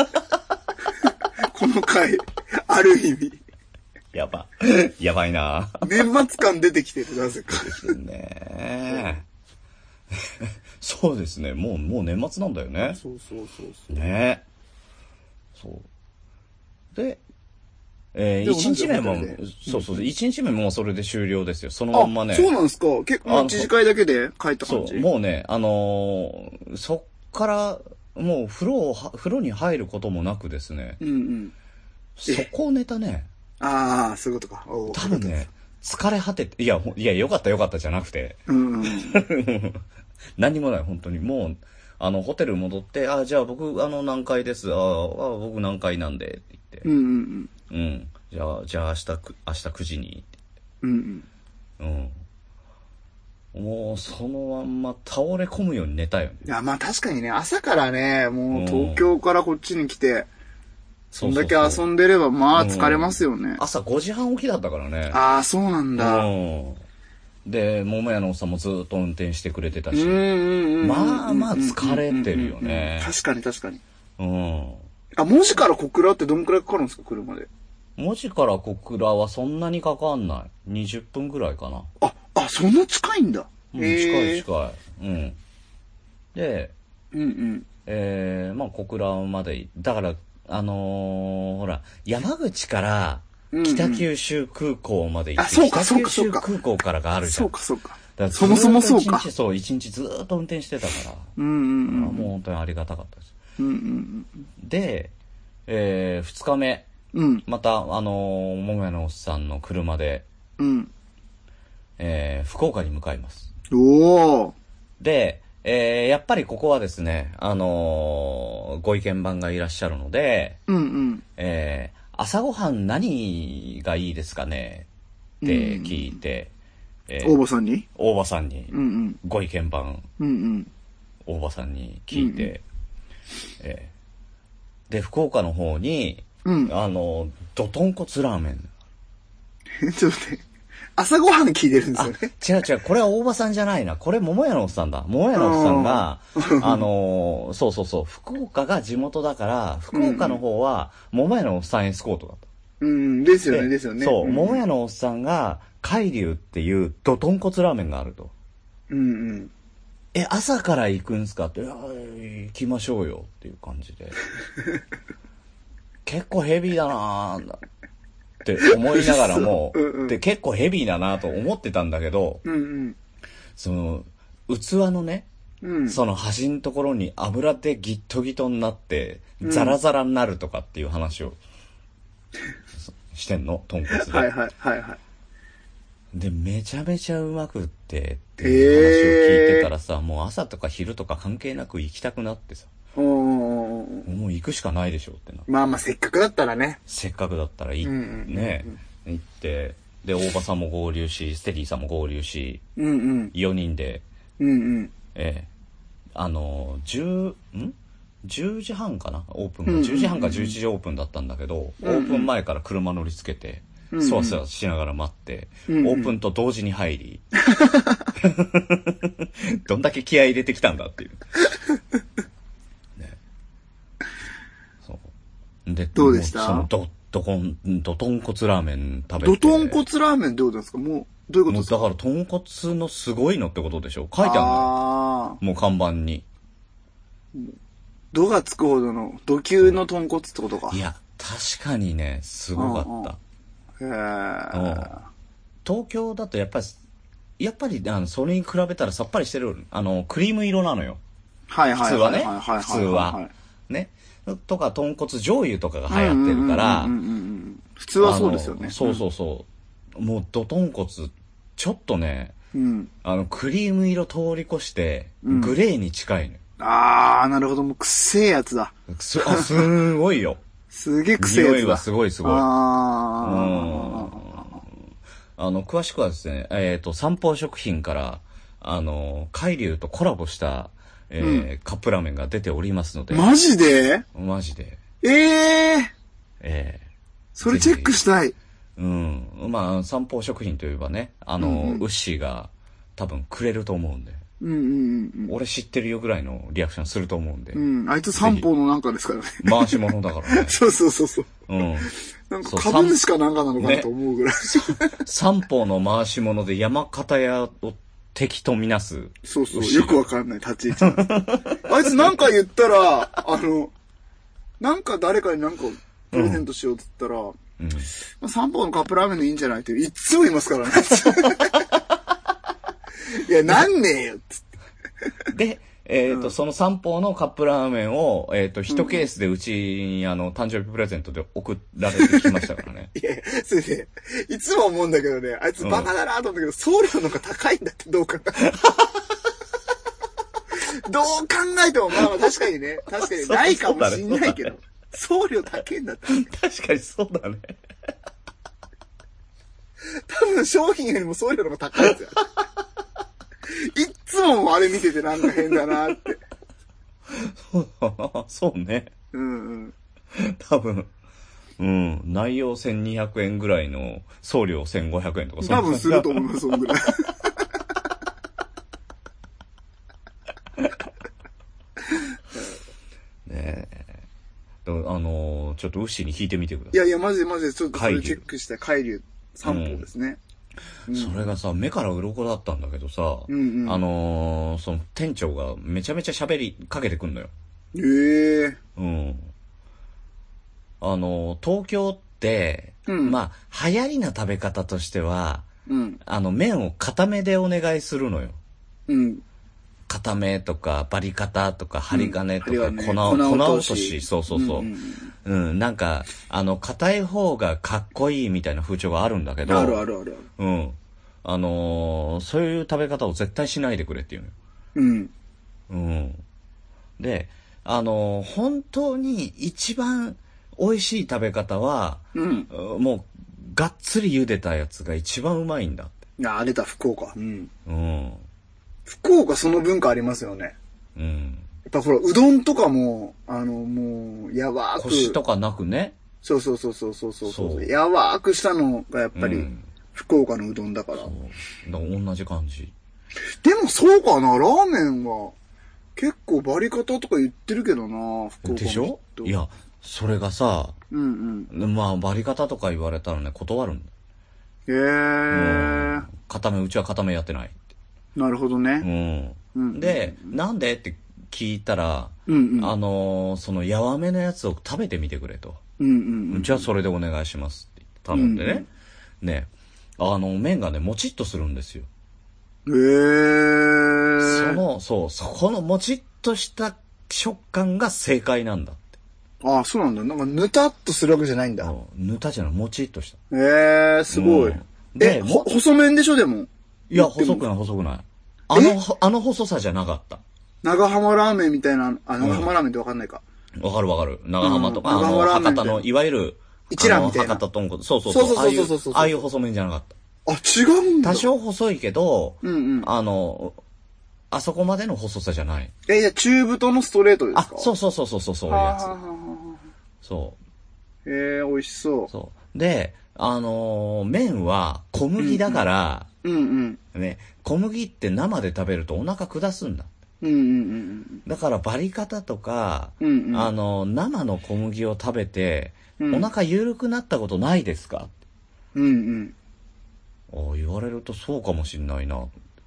Speaker 3: この回、ある意味、
Speaker 2: やば。やばいな
Speaker 3: 年末感出てきてる、なぜか。
Speaker 2: ねえ。 そうですね。もう、もう年末なんだよね。
Speaker 3: そうそうそうそう。
Speaker 2: ねそう。で、え
Speaker 3: で
Speaker 2: ー、1日目も
Speaker 3: 同じホテル、
Speaker 2: そうそう、一日目もうそれで終了ですよ。そのまんまね。
Speaker 3: あ、そうなんですか結
Speaker 2: あ
Speaker 3: 構、
Speaker 2: の
Speaker 3: 一次会だけで帰った感
Speaker 2: そ
Speaker 3: じ
Speaker 2: う、もうね、あのーそっから、もう風呂をは、風呂に入ることもなくですね、
Speaker 3: うんうん。
Speaker 2: そこをネタね、
Speaker 3: ああ、そういうことか。おう
Speaker 2: 多分。ね、疲れ果てて、いや、ほいや、よかったよかったじゃなくて、
Speaker 3: うんうん。
Speaker 2: 何にもない、本当に。もう、あの、ホテル戻って、あ、じゃあ僕、あの、何階です、あーあ、僕何階なんで、って言って
Speaker 3: うんうんうん。
Speaker 2: うん。じゃあ、じゃあ明日く、明日9時に。
Speaker 3: うん
Speaker 2: うん。もう、そのまんま倒れ込むように寝たよね
Speaker 3: うん。い。や、まあ確かにね、朝からね、も
Speaker 2: うん
Speaker 3: う東京からこっちに来て、そんだけ遊
Speaker 2: ん
Speaker 3: んでれば、まあ疲れますよね。
Speaker 2: 朝5時半起きだったからね。
Speaker 3: ああ、そうなんだ。うん
Speaker 2: うん。で、桃屋のおっさんもずっと運転してくれてた
Speaker 3: うん
Speaker 2: し。
Speaker 3: うんうん。
Speaker 2: まあまあ疲れてるよね
Speaker 3: うんうんうん確かに確かに。
Speaker 2: うん。
Speaker 3: あ、文字から小倉ってどんくらいかかるんですか、車で。
Speaker 2: 文字から小倉はそんなにかかんない。20分ぐらいかな。
Speaker 3: あ、あ、そんな近いんだ。
Speaker 2: うん、
Speaker 3: へ
Speaker 2: 近
Speaker 3: ー
Speaker 2: い近い。うん。で、
Speaker 3: うんうん。
Speaker 2: えー、まあ小倉まで、だから、あのーほら、山口から
Speaker 3: うんうん
Speaker 2: 北九州空港まで行って、
Speaker 3: あそうか
Speaker 2: 北
Speaker 3: そう
Speaker 2: 九
Speaker 3: かそ
Speaker 2: 州
Speaker 3: うか
Speaker 2: 空港からがあるじゃ
Speaker 3: そ
Speaker 2: ん
Speaker 3: う。か、そう
Speaker 2: だ
Speaker 3: か。
Speaker 2: からず
Speaker 3: そもそもそう
Speaker 2: ーっと一
Speaker 3: か
Speaker 2: 日そう、一日ずーっと運転してたから、
Speaker 3: うんうんうん。
Speaker 2: もう本当にありがたかったです。
Speaker 3: うんうん
Speaker 2: で、えー、二日目、
Speaker 3: うん。うん
Speaker 2: また、あのー、桃屋のおっさんの車で、
Speaker 3: うん。
Speaker 2: えー、福岡に向かいます。
Speaker 3: おー。
Speaker 2: で、えー、やっぱりここはですね、あのーご意見番がいらっしゃるので、
Speaker 3: うんうん。
Speaker 2: えー朝ごはん何がいいですかねって聞いて、えー
Speaker 3: 大場さんに
Speaker 2: 大場さんに
Speaker 3: う、ん
Speaker 2: ご意見番
Speaker 3: うん。うんうん。
Speaker 2: 大場さんに聞いて、えーで、福岡の方に、
Speaker 3: うん
Speaker 2: あの、どとんこつラーメン。
Speaker 3: え ちょっと待って。朝ごはん聞いてるんです
Speaker 2: あ
Speaker 3: よね。、
Speaker 2: 違う違う、これは大場さんじゃないな。これ桃屋のおっさんだ。桃屋のおっさんが、あのー、そうそうそう、福岡が地元だから、福岡の方は桃屋のおっさんエスコートだった。
Speaker 3: うん、ですよ
Speaker 2: で
Speaker 3: ね、ですよね。
Speaker 2: そう、
Speaker 3: ん
Speaker 2: 桃屋のおっさんが、海流っていうどとんこつラーメンがあると。
Speaker 3: うんうん。
Speaker 2: え、朝から行くんすかって、いや行きましょうよっていう感 じで。結構ヘビーだなーって思いながらも、
Speaker 3: そううんうん
Speaker 2: で、結構ヘビーだなと思ってたんだけど、
Speaker 3: うんうん。
Speaker 2: その、器のね、
Speaker 3: うん。
Speaker 2: その端のところに油でギットギトになって、ザラザラにな るとかっていう話を、そしてんの、豚骨で。
Speaker 3: はいはいはいはい。
Speaker 2: で、めちゃめちゃうまくって、っていう話を聞いてたらさ、もう朝とか昼とか関係なく行きたくなってさ、
Speaker 3: うんうん。
Speaker 2: もう行くしかないでしょってな。
Speaker 3: まあまあ、せっかくだったらね。
Speaker 2: せっかくだったらいい、
Speaker 3: うんうんうん
Speaker 2: ね、行って、で、大場さんも合流し、ステリーさんも合流し、
Speaker 3: うんうん。
Speaker 2: 4人で、
Speaker 3: うんうん。
Speaker 2: ええあの、10、ん ?10 時半かなオープンが。
Speaker 3: うんうんうん
Speaker 2: 10時半か11時オープンだったんだけど、
Speaker 3: うんうん
Speaker 2: オープン前から車乗りつけて、
Speaker 3: うんうん
Speaker 2: そわそわしながら待って、
Speaker 3: うんうん
Speaker 2: オープンと同時に入り、どんだけ気合い入れてきたんだ っていう。ね。そう。で、
Speaker 3: どうでした
Speaker 2: もそのど、どこん、どとんこつラーメン食べ
Speaker 3: ド
Speaker 2: て。
Speaker 3: トンコツラーメンってことですかもう、どういうこと
Speaker 2: も
Speaker 3: で
Speaker 2: う
Speaker 3: すか
Speaker 2: だから、豚骨のすごいのってことでしょ書いてあるのよ
Speaker 3: ああ。
Speaker 2: もう看板に。
Speaker 3: 度がつくほどの、度級の豚骨ってことか。
Speaker 2: いや、確かにね、すごか
Speaker 3: うんうん
Speaker 2: った。
Speaker 3: へ
Speaker 2: うん
Speaker 3: ー
Speaker 2: 東京だとやっぱり、やっぱり、あの、それに比べたらさっぱりしてる。あの、クリーム色なのよ。
Speaker 3: はい
Speaker 2: 普
Speaker 3: はい
Speaker 2: 通はいね
Speaker 3: いいい。い
Speaker 2: 普通は。。ね。とか、豚骨醤油とかが流行ってるから。
Speaker 3: うんうんうんうんうん普通はそうですよ
Speaker 2: あ
Speaker 3: ね。
Speaker 2: のそうそうそう。もう、ど豚骨、ちょっとね、
Speaker 3: うん。うん。
Speaker 2: あの、クリーム色通り越して、
Speaker 3: うん
Speaker 2: グレーに近いのよ。
Speaker 3: あー、なるほど。もう、くせえやつだ。
Speaker 2: す、 あ、すごいよ。
Speaker 3: すげえくせえや
Speaker 2: 匂い
Speaker 3: つだ。
Speaker 2: はすごいすごい。
Speaker 3: あ
Speaker 2: あの、詳しくはですね、えっ、と、三宝食品から、あの、海流とコラボした、えーカップラーメンが出ておりますので、
Speaker 3: ー。マジで
Speaker 2: マジで、
Speaker 3: ええー。
Speaker 2: え
Speaker 3: それチェックしたい。
Speaker 2: えうん、まあ、三宝食品といえばね、あの、
Speaker 3: うんうん
Speaker 2: ウッシーが多分くれると思うんで、
Speaker 3: うんうん
Speaker 2: 俺知ってるよぐらいのリアクションすると思うんで、
Speaker 3: うん。うん。あいつ三方のなんかですからね。。
Speaker 2: 回し物だからね
Speaker 3: そうそうそうそう。
Speaker 2: うん。
Speaker 3: なん
Speaker 2: そ
Speaker 3: か
Speaker 2: う
Speaker 3: 株主かなんかなのか
Speaker 2: ね
Speaker 3: なと思うぐらい。
Speaker 2: 三宝の回し物で山形屋を敵とみなす。
Speaker 3: そうそう。
Speaker 2: 牛が
Speaker 3: よくわかんない立ち位置な んです。あいつなんか言ったら、あの、なんか誰かになんかプレゼントしようって言ったら、
Speaker 2: うん。
Speaker 3: まあ、三方のカップラーメンでいいんじゃないっていっつも言いま すからね。いや、なんねえよっつって。
Speaker 2: で、えっ、と、その三方のカップラーメンを、えっ、と、一ケースでうちに、あの、誕生日プレゼントで送られてきましたからね。
Speaker 3: いや、それで、いつも思うんだけどね、あいつバカだなと思うんだけど、送料の方が高いんだってどうか どう考えても、まあまあ確かにね、確かにないかもしんないけど、送料高いんだって。
Speaker 2: 確かにそうだね。
Speaker 3: 多分商品よりも送料の方が高い んですよ。いっつもあれ見ててなんか変だなって。
Speaker 2: そうね。
Speaker 3: うんうん。
Speaker 2: 多分。うん。内容1200円ぐらいの、送料1500円とかそんな
Speaker 3: 多分すると思います、そんぐらい。
Speaker 2: ねえ。でもあのーちょっとウッシーに聞いてみてくだ
Speaker 3: い
Speaker 2: さ
Speaker 3: やいや、マジでマジで、ちょっとそれチェックしたい。海流三方ですね。
Speaker 2: い。それがさ、目から鱗だったんだけどさ、
Speaker 3: うんうん
Speaker 2: あのーその店長がめちゃめちゃ喋りかけてくんのよ。
Speaker 3: ええ
Speaker 2: うん。あの、東京って、
Speaker 3: うん
Speaker 2: まあ、流行りな食べ方としては、
Speaker 3: うん。
Speaker 2: あの、麺を固めでお願いするのよ。
Speaker 3: うん。
Speaker 2: 固めとか、バリ方とか、針金とか、
Speaker 3: うん針金
Speaker 2: 粉を、粉落とし、そうそうそう。う
Speaker 3: うんん
Speaker 2: なんか、あの、硬い方がかっこいいみたいな風潮があるんだけど、
Speaker 3: あるあるあるある。
Speaker 2: うん。あのーそういう食べ方を絶対しないでくれっていうのよ。
Speaker 3: うん。
Speaker 2: うん。で、あのー本当に一番美味しい食べ方は、
Speaker 3: うん。
Speaker 2: うんもう、がっつり茹でたやつが一番うまいんだって。
Speaker 3: ああれだ、福岡。うん。
Speaker 2: うん。
Speaker 3: 福岡その文化ありますよね。や
Speaker 2: うん。
Speaker 3: っぱほら、うどんとかも、あの、もう、やわーく。
Speaker 2: 腰とかなくね。
Speaker 3: そうそうそうそうそうそうそ。
Speaker 2: そうう
Speaker 3: やわーくしたのがやっぱ
Speaker 2: う
Speaker 3: り
Speaker 2: ん、
Speaker 3: 福岡のうどんだから。
Speaker 2: そうだから同じ感じ。
Speaker 3: でもそうかな、ラーメンは。結構バリ方とか言ってるけどな、福岡の人
Speaker 2: でしょい。や、それがさ、
Speaker 3: うんうん。
Speaker 2: まあ、割り方とか言われたらね、断るんだ。
Speaker 3: へえ、ー。
Speaker 2: 固め、うちは固めやってないって。
Speaker 3: なるほど
Speaker 2: う
Speaker 3: ね。
Speaker 2: ん。
Speaker 3: うん
Speaker 2: で、なんでって聞いたら、
Speaker 3: うんうん。
Speaker 2: あのーその、やわめのやつを食べてみてくれと。
Speaker 3: うんうんうん。
Speaker 2: じゃあそれでお願いしますって言って頼んでね。ね。あの、麺がね、もちっとするんですよ。
Speaker 3: へえ。
Speaker 2: そ
Speaker 3: ー。
Speaker 2: の、そう、そこのもちっとした食感が正解なんだって。
Speaker 3: ああ、そうなんだ。なんか、ぬたっとするわけじゃないんだ。
Speaker 2: ぬたじゃない、もちっとした。
Speaker 3: ええー、すごい。
Speaker 2: うんで、
Speaker 3: え、ほ
Speaker 2: も、
Speaker 3: 細麺でしょ、でも。
Speaker 2: いや、
Speaker 3: 言っても
Speaker 2: 細くない、細くない。あの、あの細さじゃなかった。
Speaker 3: 長浜ラーメンみたいな、あ、長浜ラーメンってわかんないか。
Speaker 2: わかるわかる。長浜とか、
Speaker 3: うん
Speaker 2: あ
Speaker 3: 長浜
Speaker 2: の、
Speaker 3: ラーメン
Speaker 2: 博多の、いわゆる、
Speaker 3: 一蘭みたい
Speaker 2: あ
Speaker 3: な
Speaker 2: の博多豚骨。そうそうそう。
Speaker 3: そうそうそうそうそう
Speaker 2: ああいうああいう細麺じゃなかった。
Speaker 3: あ、違うんだ。
Speaker 2: 多少細いけど、
Speaker 3: うんうん。
Speaker 2: あの、あそこまでの細さじゃない。
Speaker 3: え、じゃあ中太のストレートです
Speaker 2: あ
Speaker 3: か、
Speaker 2: そうそうそうそうそう、そういう
Speaker 3: はあ
Speaker 2: や
Speaker 3: はあはあ
Speaker 2: つ。
Speaker 3: はあ
Speaker 2: そ
Speaker 3: えー、美味しそう
Speaker 2: う。。そう。で、あのー麺は小麦だから、
Speaker 3: うんうん。
Speaker 2: ね、小麦って生で食べるとお腹下すんだ。
Speaker 3: うんうんうん
Speaker 2: だからバリ方とか、
Speaker 3: うん。うんうん。
Speaker 2: あの、生の小麦を食べて、
Speaker 3: うん
Speaker 2: お腹緩くなったことないですか
Speaker 3: うんうん。
Speaker 2: ああ言われるとそうかもしんないな。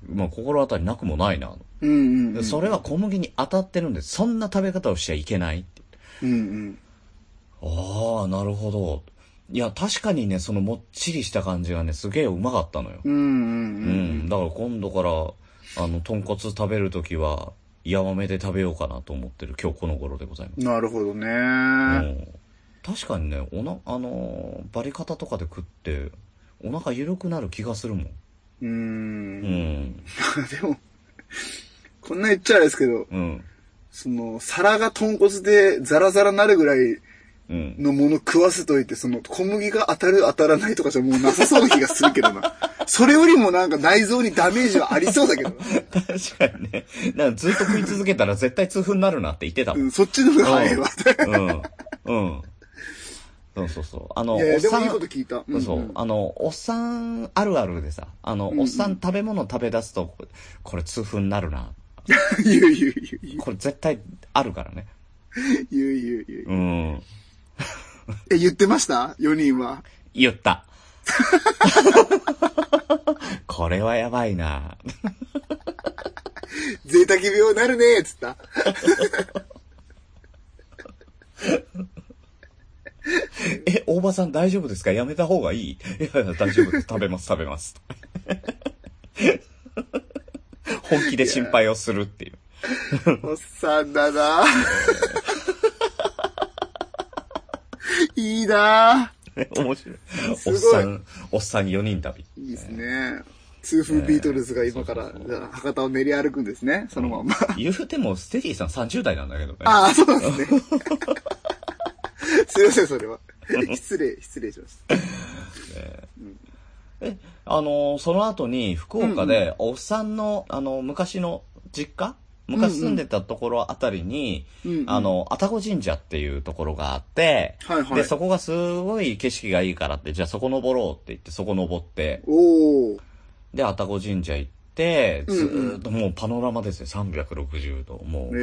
Speaker 2: まあ、心当たりなくもないな。
Speaker 3: うんうんうん。
Speaker 2: それは小麦に当たってるんで、そんな食べ方をしちゃいけないって。
Speaker 3: うんうん。
Speaker 2: ああ、なるほど。いや、確かにね、そのもっちりした感じがね、すげえうまかったのよ。
Speaker 3: うんうん
Speaker 2: う
Speaker 3: うん
Speaker 2: ん。だから今度から、あの、豚骨食べるときは、ヤマメで食べようかなと思ってる今日この頃でございます。
Speaker 3: なるほどね、
Speaker 2: うん確かにね、おな、あのーバリ方とかで食って、お腹緩くなる気がするもん。
Speaker 3: う。
Speaker 2: うんん。
Speaker 3: でも、こんな言っちゃあれですけど、
Speaker 2: うん。
Speaker 3: その、皿が豚骨でザラザラなるぐらい
Speaker 2: うん。
Speaker 3: のもの食わせといて、その、小麦が当たる当たらないとかじゃもうなさそうな気がするけどな。 それよりもなんか内臓にダメージはありそうだけ どな。
Speaker 2: 確かにね。なんかずっと食い続けたら絶対痛風になるなって言ってたも。
Speaker 3: うんん、そっちの方が早いわ。
Speaker 2: うん。うん。そうそうそう。あの、
Speaker 3: いやい
Speaker 2: お
Speaker 3: や、
Speaker 2: っ
Speaker 3: でも
Speaker 2: さ
Speaker 3: いい
Speaker 2: ん
Speaker 3: こと、聞いた。んん
Speaker 2: そう。あの、おっさんあるあるでさ、あの、
Speaker 3: うん
Speaker 2: おっさん食べ物食べ出すと、これ痛風になるな。
Speaker 3: 言う言う言う言う
Speaker 2: これ絶対あるからね。
Speaker 3: 言う言う言う。
Speaker 2: うん。
Speaker 3: え、言ってました ?4 人は。
Speaker 2: 言 った。これはやばいな。
Speaker 3: 贅沢病になるねーっ つった。
Speaker 2: え、大場さん大丈夫ですかやめた方がいいいやいや、大丈夫です。食べます、食べます。 本気で心配をするっていう。
Speaker 3: おっさんだな ぁいいなぁ
Speaker 2: 面白い。
Speaker 3: す
Speaker 2: お
Speaker 3: ご
Speaker 2: っ
Speaker 3: い
Speaker 2: さん、おっさん4人旅。
Speaker 3: いいですね。痛風ビートルズが今から、
Speaker 2: そうそうそう
Speaker 3: じゃあ博多を練り歩くんですね、そのまんま。
Speaker 2: 言うても、ステディさん30代なんだけどね。
Speaker 3: あ あ、そうなんですね。すいません、それは。失礼、失礼しました。
Speaker 2: あのーその後に、福岡で、おっさんの、あのー昔の実家昔住んでたところあたりに、
Speaker 3: うんうん
Speaker 2: あの、愛宕神社っていうところがあって、
Speaker 3: はいはい
Speaker 2: で、そこがすごい景色がいいからって、じゃあそこ登ろうって言って、そこ登って、
Speaker 3: おー。
Speaker 2: で、愛宕神社行って、ず
Speaker 3: うんうん
Speaker 2: ーっともうパノラマですね、360度。もう、
Speaker 3: へ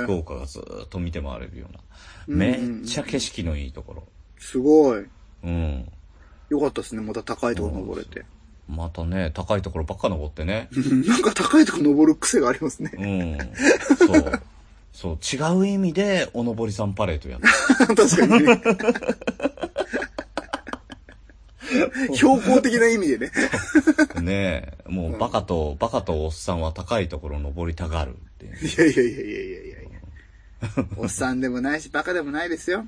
Speaker 3: ー
Speaker 2: 福岡がずーっと見て回れるような。
Speaker 3: うんうんうん
Speaker 2: めっちゃ景色のいいところ。
Speaker 3: すごい。
Speaker 2: うん。
Speaker 3: よかったですね、また高いとこ登れて。
Speaker 2: またね、高いところばっか登ってね。
Speaker 3: なんか高いとこ登る癖がありますね。
Speaker 2: うん。そう。そう、違う意味で、おのぼりさんパレードやった。
Speaker 3: 確か にね。標高的な意味でね。
Speaker 2: ねえ、もうバカと、バカとおっさんは高いところ登りたがるって いう。
Speaker 3: いやいやいやいやいやいやいや。おっさんでもないし、バカでもないですよ。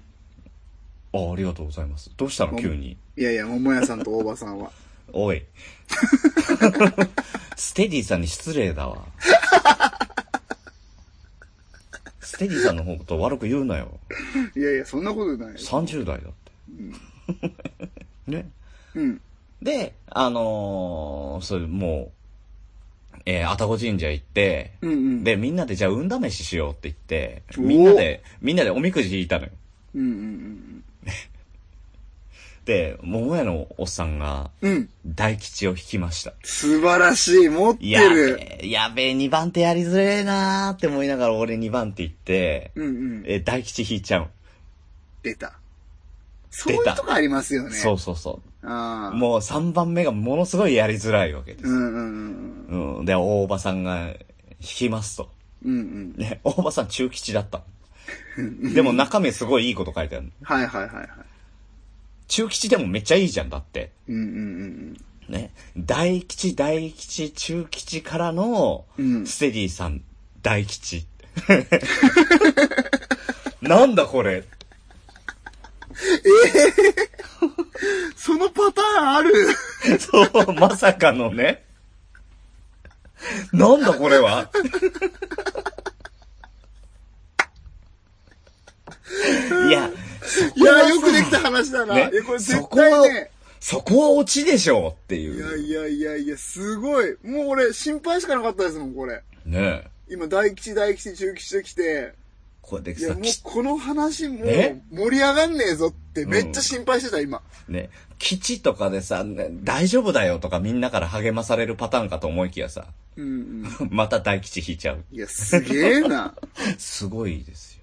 Speaker 2: あ、ありがとうございます。どうしたの急に。
Speaker 3: いやいや、桃屋さんと大場さんは。
Speaker 2: おい。ステディさんに失礼だわ。ステディさんの方と悪く言うなよ。
Speaker 3: いやいや、そんなことない。
Speaker 2: 30代だって。 ね。
Speaker 3: うん。
Speaker 2: で、あのー、それもう、えー、愛宕神社行って、
Speaker 3: うんうん。
Speaker 2: で、みんなでじゃあ運試ししようって言って、
Speaker 3: おー
Speaker 2: みんなで、みんなでおみくじ引いたのよ。
Speaker 3: うんうん
Speaker 2: で、桃屋のおっさんが、
Speaker 3: うん。うん。
Speaker 2: 大吉を引きました。
Speaker 3: 素晴らしい。持って
Speaker 2: やべ
Speaker 3: る。
Speaker 2: え、やべえ、2番手やりづれえなーって思いながら俺2番手行って、
Speaker 3: うんうん。
Speaker 2: え、大吉引いちゃう。
Speaker 3: 出た。そういうとこありますよね。
Speaker 2: そう。そうそ
Speaker 3: あ
Speaker 2: う。
Speaker 3: あ。
Speaker 2: もう3番目がものすごいやりづらいわけで
Speaker 3: う
Speaker 2: す。
Speaker 3: んうんうん
Speaker 2: うん。で、大場さんが引きますと。
Speaker 3: うん。うんうん。
Speaker 2: ね、大場さん中吉だったの。でも中身すごいいいこと書いてあるの。
Speaker 3: はいはいはいはい。
Speaker 2: 中吉でもめっちゃいいじゃんだって。
Speaker 3: うんうん
Speaker 2: ね、大吉、大吉、中吉からの
Speaker 3: う、ん
Speaker 2: ステディさん、大吉。 なんだこれ。
Speaker 3: うん。そのパターンある
Speaker 2: そう、まさかのね。なんだこれはいや、
Speaker 3: いや、よくできた話だな。
Speaker 2: ね
Speaker 3: いや、これ、
Speaker 2: そ
Speaker 3: 絶
Speaker 2: こは
Speaker 3: 対ね。、
Speaker 2: そこは落ちでしょうって
Speaker 3: いや
Speaker 2: いう。
Speaker 3: いやいやいや、すごい。もう俺、心配しかなかったですもん、これ。
Speaker 2: ねえ
Speaker 3: 今、大吉、大吉、中吉と来て、
Speaker 2: これで
Speaker 3: いや、
Speaker 2: さ、
Speaker 3: もう
Speaker 2: き
Speaker 3: この話、もう
Speaker 2: ね
Speaker 3: 盛り上がんねえぞって、めっちゃ心配してた、今。
Speaker 2: ね、基地とかでさ、ね大丈夫だよとかみんなから励まされるパターンかと思いきやさ、
Speaker 3: うんうん。
Speaker 2: また大吉引いちゃう。
Speaker 3: いや、すげえ な。
Speaker 2: すごいですよ。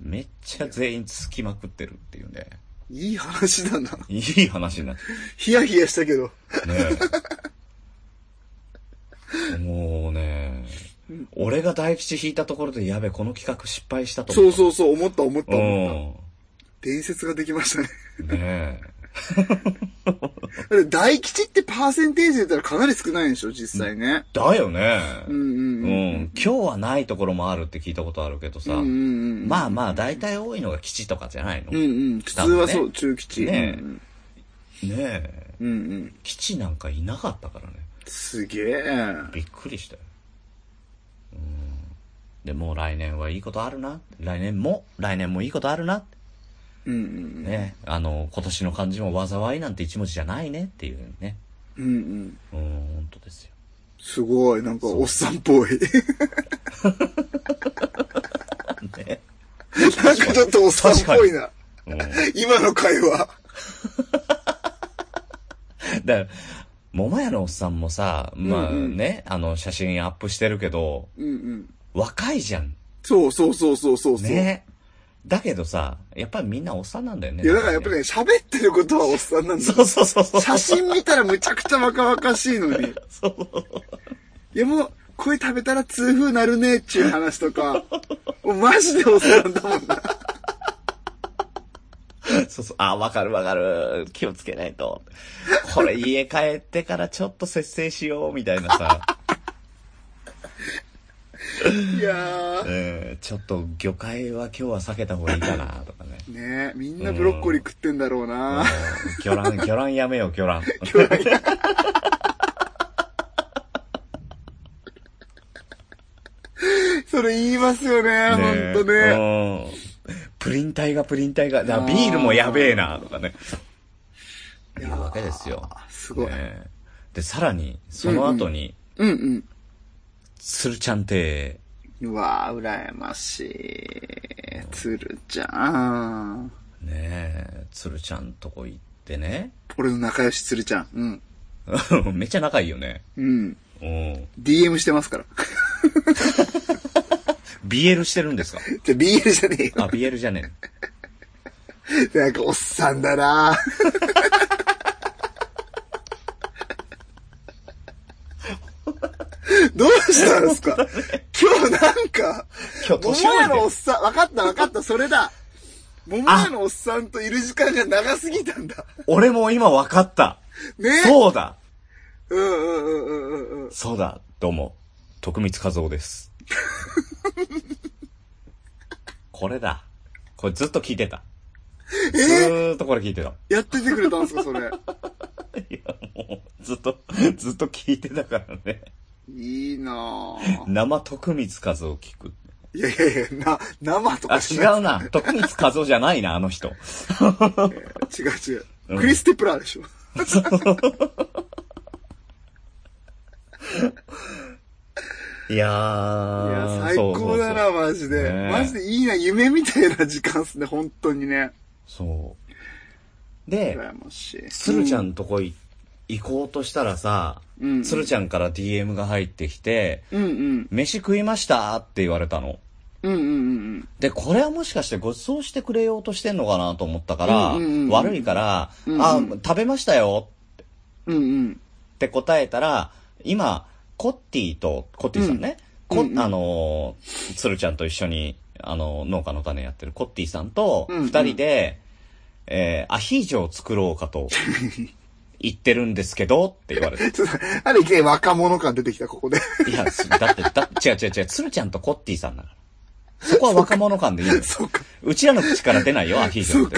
Speaker 2: めっちゃ全員つきまくってるっていうね。
Speaker 3: いい話だな。
Speaker 2: いい話になって
Speaker 3: ヒヤヒヤしたけど。
Speaker 2: ね え。もうね、俺が大吉引いたところで、やべ、この企画失敗したと
Speaker 3: そ
Speaker 2: 思
Speaker 3: う
Speaker 2: った。
Speaker 3: そうそう、思った思った思った。
Speaker 2: う
Speaker 3: 伝説ができましたね。
Speaker 2: ん。ね
Speaker 3: だって大吉ってパーセンテージで言ったらかなり少ないんでしょ、実際ね。
Speaker 2: え。だよね。
Speaker 3: う
Speaker 2: うん。
Speaker 3: んうん。
Speaker 2: 今日はないところもあるって聞いたことあるけどさ。
Speaker 3: うんうんうん。
Speaker 2: まあまあ、大体多いのが基地とかじゃないの、
Speaker 3: うん
Speaker 2: ね
Speaker 3: うん。普通はそ
Speaker 2: 多分
Speaker 3: う、中吉。
Speaker 2: ねえ
Speaker 3: うん
Speaker 2: え。
Speaker 3: うん。うんうん。
Speaker 2: 基地なんかいなかったからね。
Speaker 3: すげえ。
Speaker 2: びっくりしたよ。うん。で、もう来年はいいことあるな。来年も、来年もいいことあるな。
Speaker 3: うんうん
Speaker 2: ね、あの、今年の漢字も災いなんて一文字じゃないねっていうね。
Speaker 3: うん。うんうん。
Speaker 2: うん、本当ですよ。
Speaker 3: すごい、なんかおっさんっぽい。
Speaker 2: ね。
Speaker 3: なんかちょっとおっさんっぽいな。
Speaker 2: うん、
Speaker 3: 今の会話。
Speaker 2: だから、桃屋のおっさんもさ、まあ
Speaker 3: うんうん
Speaker 2: ね、あの、写真アップしてるけど、
Speaker 3: うんうん。
Speaker 2: 若いじゃん。
Speaker 3: そうそうそうそうそうそう。
Speaker 2: ね。だけどさ、やっぱりみんなおっさんなんだよね。
Speaker 3: いや、だからやっぱね、喋ってることはおっさんなんだ
Speaker 2: そうそうそうそう。
Speaker 3: 写真見たらむちゃくちゃ若々しいのに。いやもう、これ食べたら痛風なるねえっちゅう話とか、もうマジでおっさんだもんな。
Speaker 2: そうそう。あ、わかるわかる。気をつけないと。これ家帰ってからちょっと節制しよう、みたいな さ。
Speaker 3: いやー。
Speaker 2: えーちょっと魚介は今日は避けた方がいいかなとかね。
Speaker 3: ねえ、みんなブロッコリー食ってんだろうな。
Speaker 2: 魚卵、魚卵やめよう、魚卵。
Speaker 3: それ言いますよね、
Speaker 2: え
Speaker 3: ほんとね。
Speaker 2: うんプリン体がプリン体が、だからビールもやべえなとかね。いうわけですよ。
Speaker 3: すごい。
Speaker 2: ええで、さらに、その後に、
Speaker 3: うんうん。
Speaker 2: 鶴ちゃん亭、
Speaker 3: うわぁ、羨ましい。つるちゃん。
Speaker 2: ねえ、鶴ちゃんとこ行ってね。
Speaker 3: 俺の仲良しつるちゃん。うん。
Speaker 2: めっちゃ仲いいよね。
Speaker 3: うん。
Speaker 2: うん。
Speaker 3: DM してますから。
Speaker 2: BL してるんですか
Speaker 3: じゃ、BL じゃねえよ。
Speaker 2: あ、BL じゃねえ。
Speaker 3: なんかおっさんだな どうしたんですか今日なんか、
Speaker 2: 今日
Speaker 3: 桃
Speaker 2: 年上
Speaker 3: 屋
Speaker 2: げて
Speaker 3: のおっ
Speaker 2: る。
Speaker 3: さん、わかったわかった、それだ。桃屋のおっさんといる時間が長すぎたんだ。
Speaker 2: 俺も今分かった。
Speaker 3: ね
Speaker 2: そうだ
Speaker 3: うんうんうんうんうんうん。
Speaker 2: そうだ、どうも、徳光和夫 です。これだ。これずっと聞いてた。ずーっとこれ聞いてた。
Speaker 3: やっててくれたんですか、それ。
Speaker 2: いや、もう、ずっと、ずっと聞いてたからね。
Speaker 3: いいなぁ。
Speaker 2: 生徳光和夫聞く。
Speaker 3: いやいやいや、な、生と
Speaker 2: あ、
Speaker 3: かし
Speaker 2: 違
Speaker 3: ないう
Speaker 2: な。徳光和夫じゃないな、あの人。
Speaker 3: 違う違
Speaker 2: うん
Speaker 3: う。クリステプラーでしょ。
Speaker 2: いや
Speaker 3: いや
Speaker 2: ー。、
Speaker 3: 最高だな、マジで。
Speaker 2: ねえ
Speaker 3: マジでいいな、夢みたいな時間っすね、本当にね。
Speaker 2: そうそうそう。で、
Speaker 3: 羨ましい。
Speaker 2: 鶴ちゃんとこい行こうとしたらさ、
Speaker 3: うん
Speaker 2: 鶴ちゃんから DM が入ってきて、
Speaker 3: うんうん。
Speaker 2: 飯食いましたって言われたの。
Speaker 3: うんうんうん
Speaker 2: で、これはもしかしてご馳走してくれようとしてんのかなと思ったから、
Speaker 3: うんうんうんうん
Speaker 2: 悪いから、
Speaker 3: うんうん
Speaker 2: あ、食べましたよ
Speaker 3: うん。うんうん。
Speaker 2: って答えたら、今、コッティと、コッティさんね、
Speaker 3: うん
Speaker 2: こ
Speaker 3: うんうん
Speaker 2: あのー、鶴ちゃんと一緒に、あの、農家の種やってるコッティさんと、
Speaker 3: うんうん
Speaker 2: 二人で、えーアヒージョを作ろうか と、言ってるんですけど、って言われて。
Speaker 3: ちょっと、あれ、いきなり若者感出てきた、ここで。
Speaker 2: いや、すだって、だ、違う違う違う、鶴ちゃんとコッティさんだから。そこは若者感でいいんだよ。
Speaker 3: そうか。
Speaker 2: うちらの口から出ないよ、アヒージョって。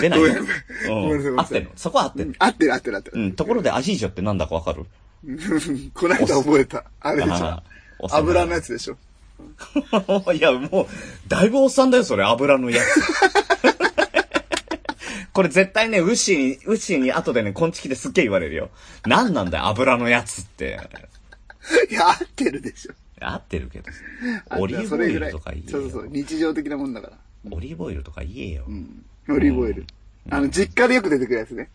Speaker 2: 出ないよ。
Speaker 3: ごめんごめんなさいごめんなさ
Speaker 2: うん。合って
Speaker 3: い
Speaker 2: んのそこは合ってんの
Speaker 3: 合ってる合ってる合って
Speaker 2: う
Speaker 3: る。
Speaker 2: ん。ところでアヒージョってなんだかわかる
Speaker 3: うん こないだ覚えた。あれでしょ
Speaker 2: あ。ーおっさんだ
Speaker 3: 油のやつでしょ。
Speaker 2: いや、もう、だいぶおっさんだよ、それ、油のやつ。 これ絶対ね、ウッシーに、ウッシーに後でね、こんちきですっげえ言われるよ。なんなんだよ、油のやつって。
Speaker 3: いや、合ってるでしょ。
Speaker 2: 合ってるけどさ
Speaker 3: 合って。る
Speaker 2: オリーブ
Speaker 3: そ
Speaker 2: オ
Speaker 3: れ
Speaker 2: イ
Speaker 3: ぐら
Speaker 2: ル
Speaker 3: い
Speaker 2: とか言えよ。
Speaker 3: そうそうそう。日常的なもんだから。
Speaker 2: オリーブオイルとか言えよ。
Speaker 3: オリーブオイル。あの、実家でよく出てくるやつね。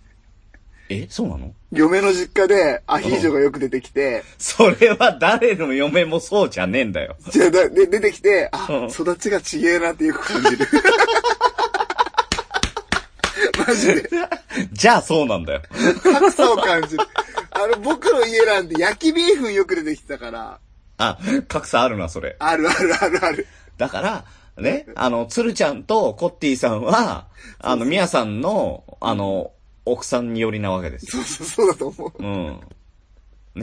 Speaker 2: え、そうなの
Speaker 3: 嫁の実家でアヒージョがよく出てきて、
Speaker 2: それは誰の嫁もそうじゃねえんだよ。
Speaker 3: じゃあだで、出てきて、
Speaker 2: うん
Speaker 3: あ、育ちがちげえなってよく感 じる。マジで。
Speaker 2: じゃあそうなんだよ。
Speaker 3: 格差を感じる。あの、僕の家なんて焼きビーフンよく出てきてたから、
Speaker 2: あ、格差あるな、それ。
Speaker 3: あるあるあるある。
Speaker 2: だから、ね、あの、鶴ちゃんとコッティさんは、あの、ミヤさんの、あの、奥さん寄りなわけですよ。
Speaker 3: そうそう、そうだと思う。
Speaker 2: うん。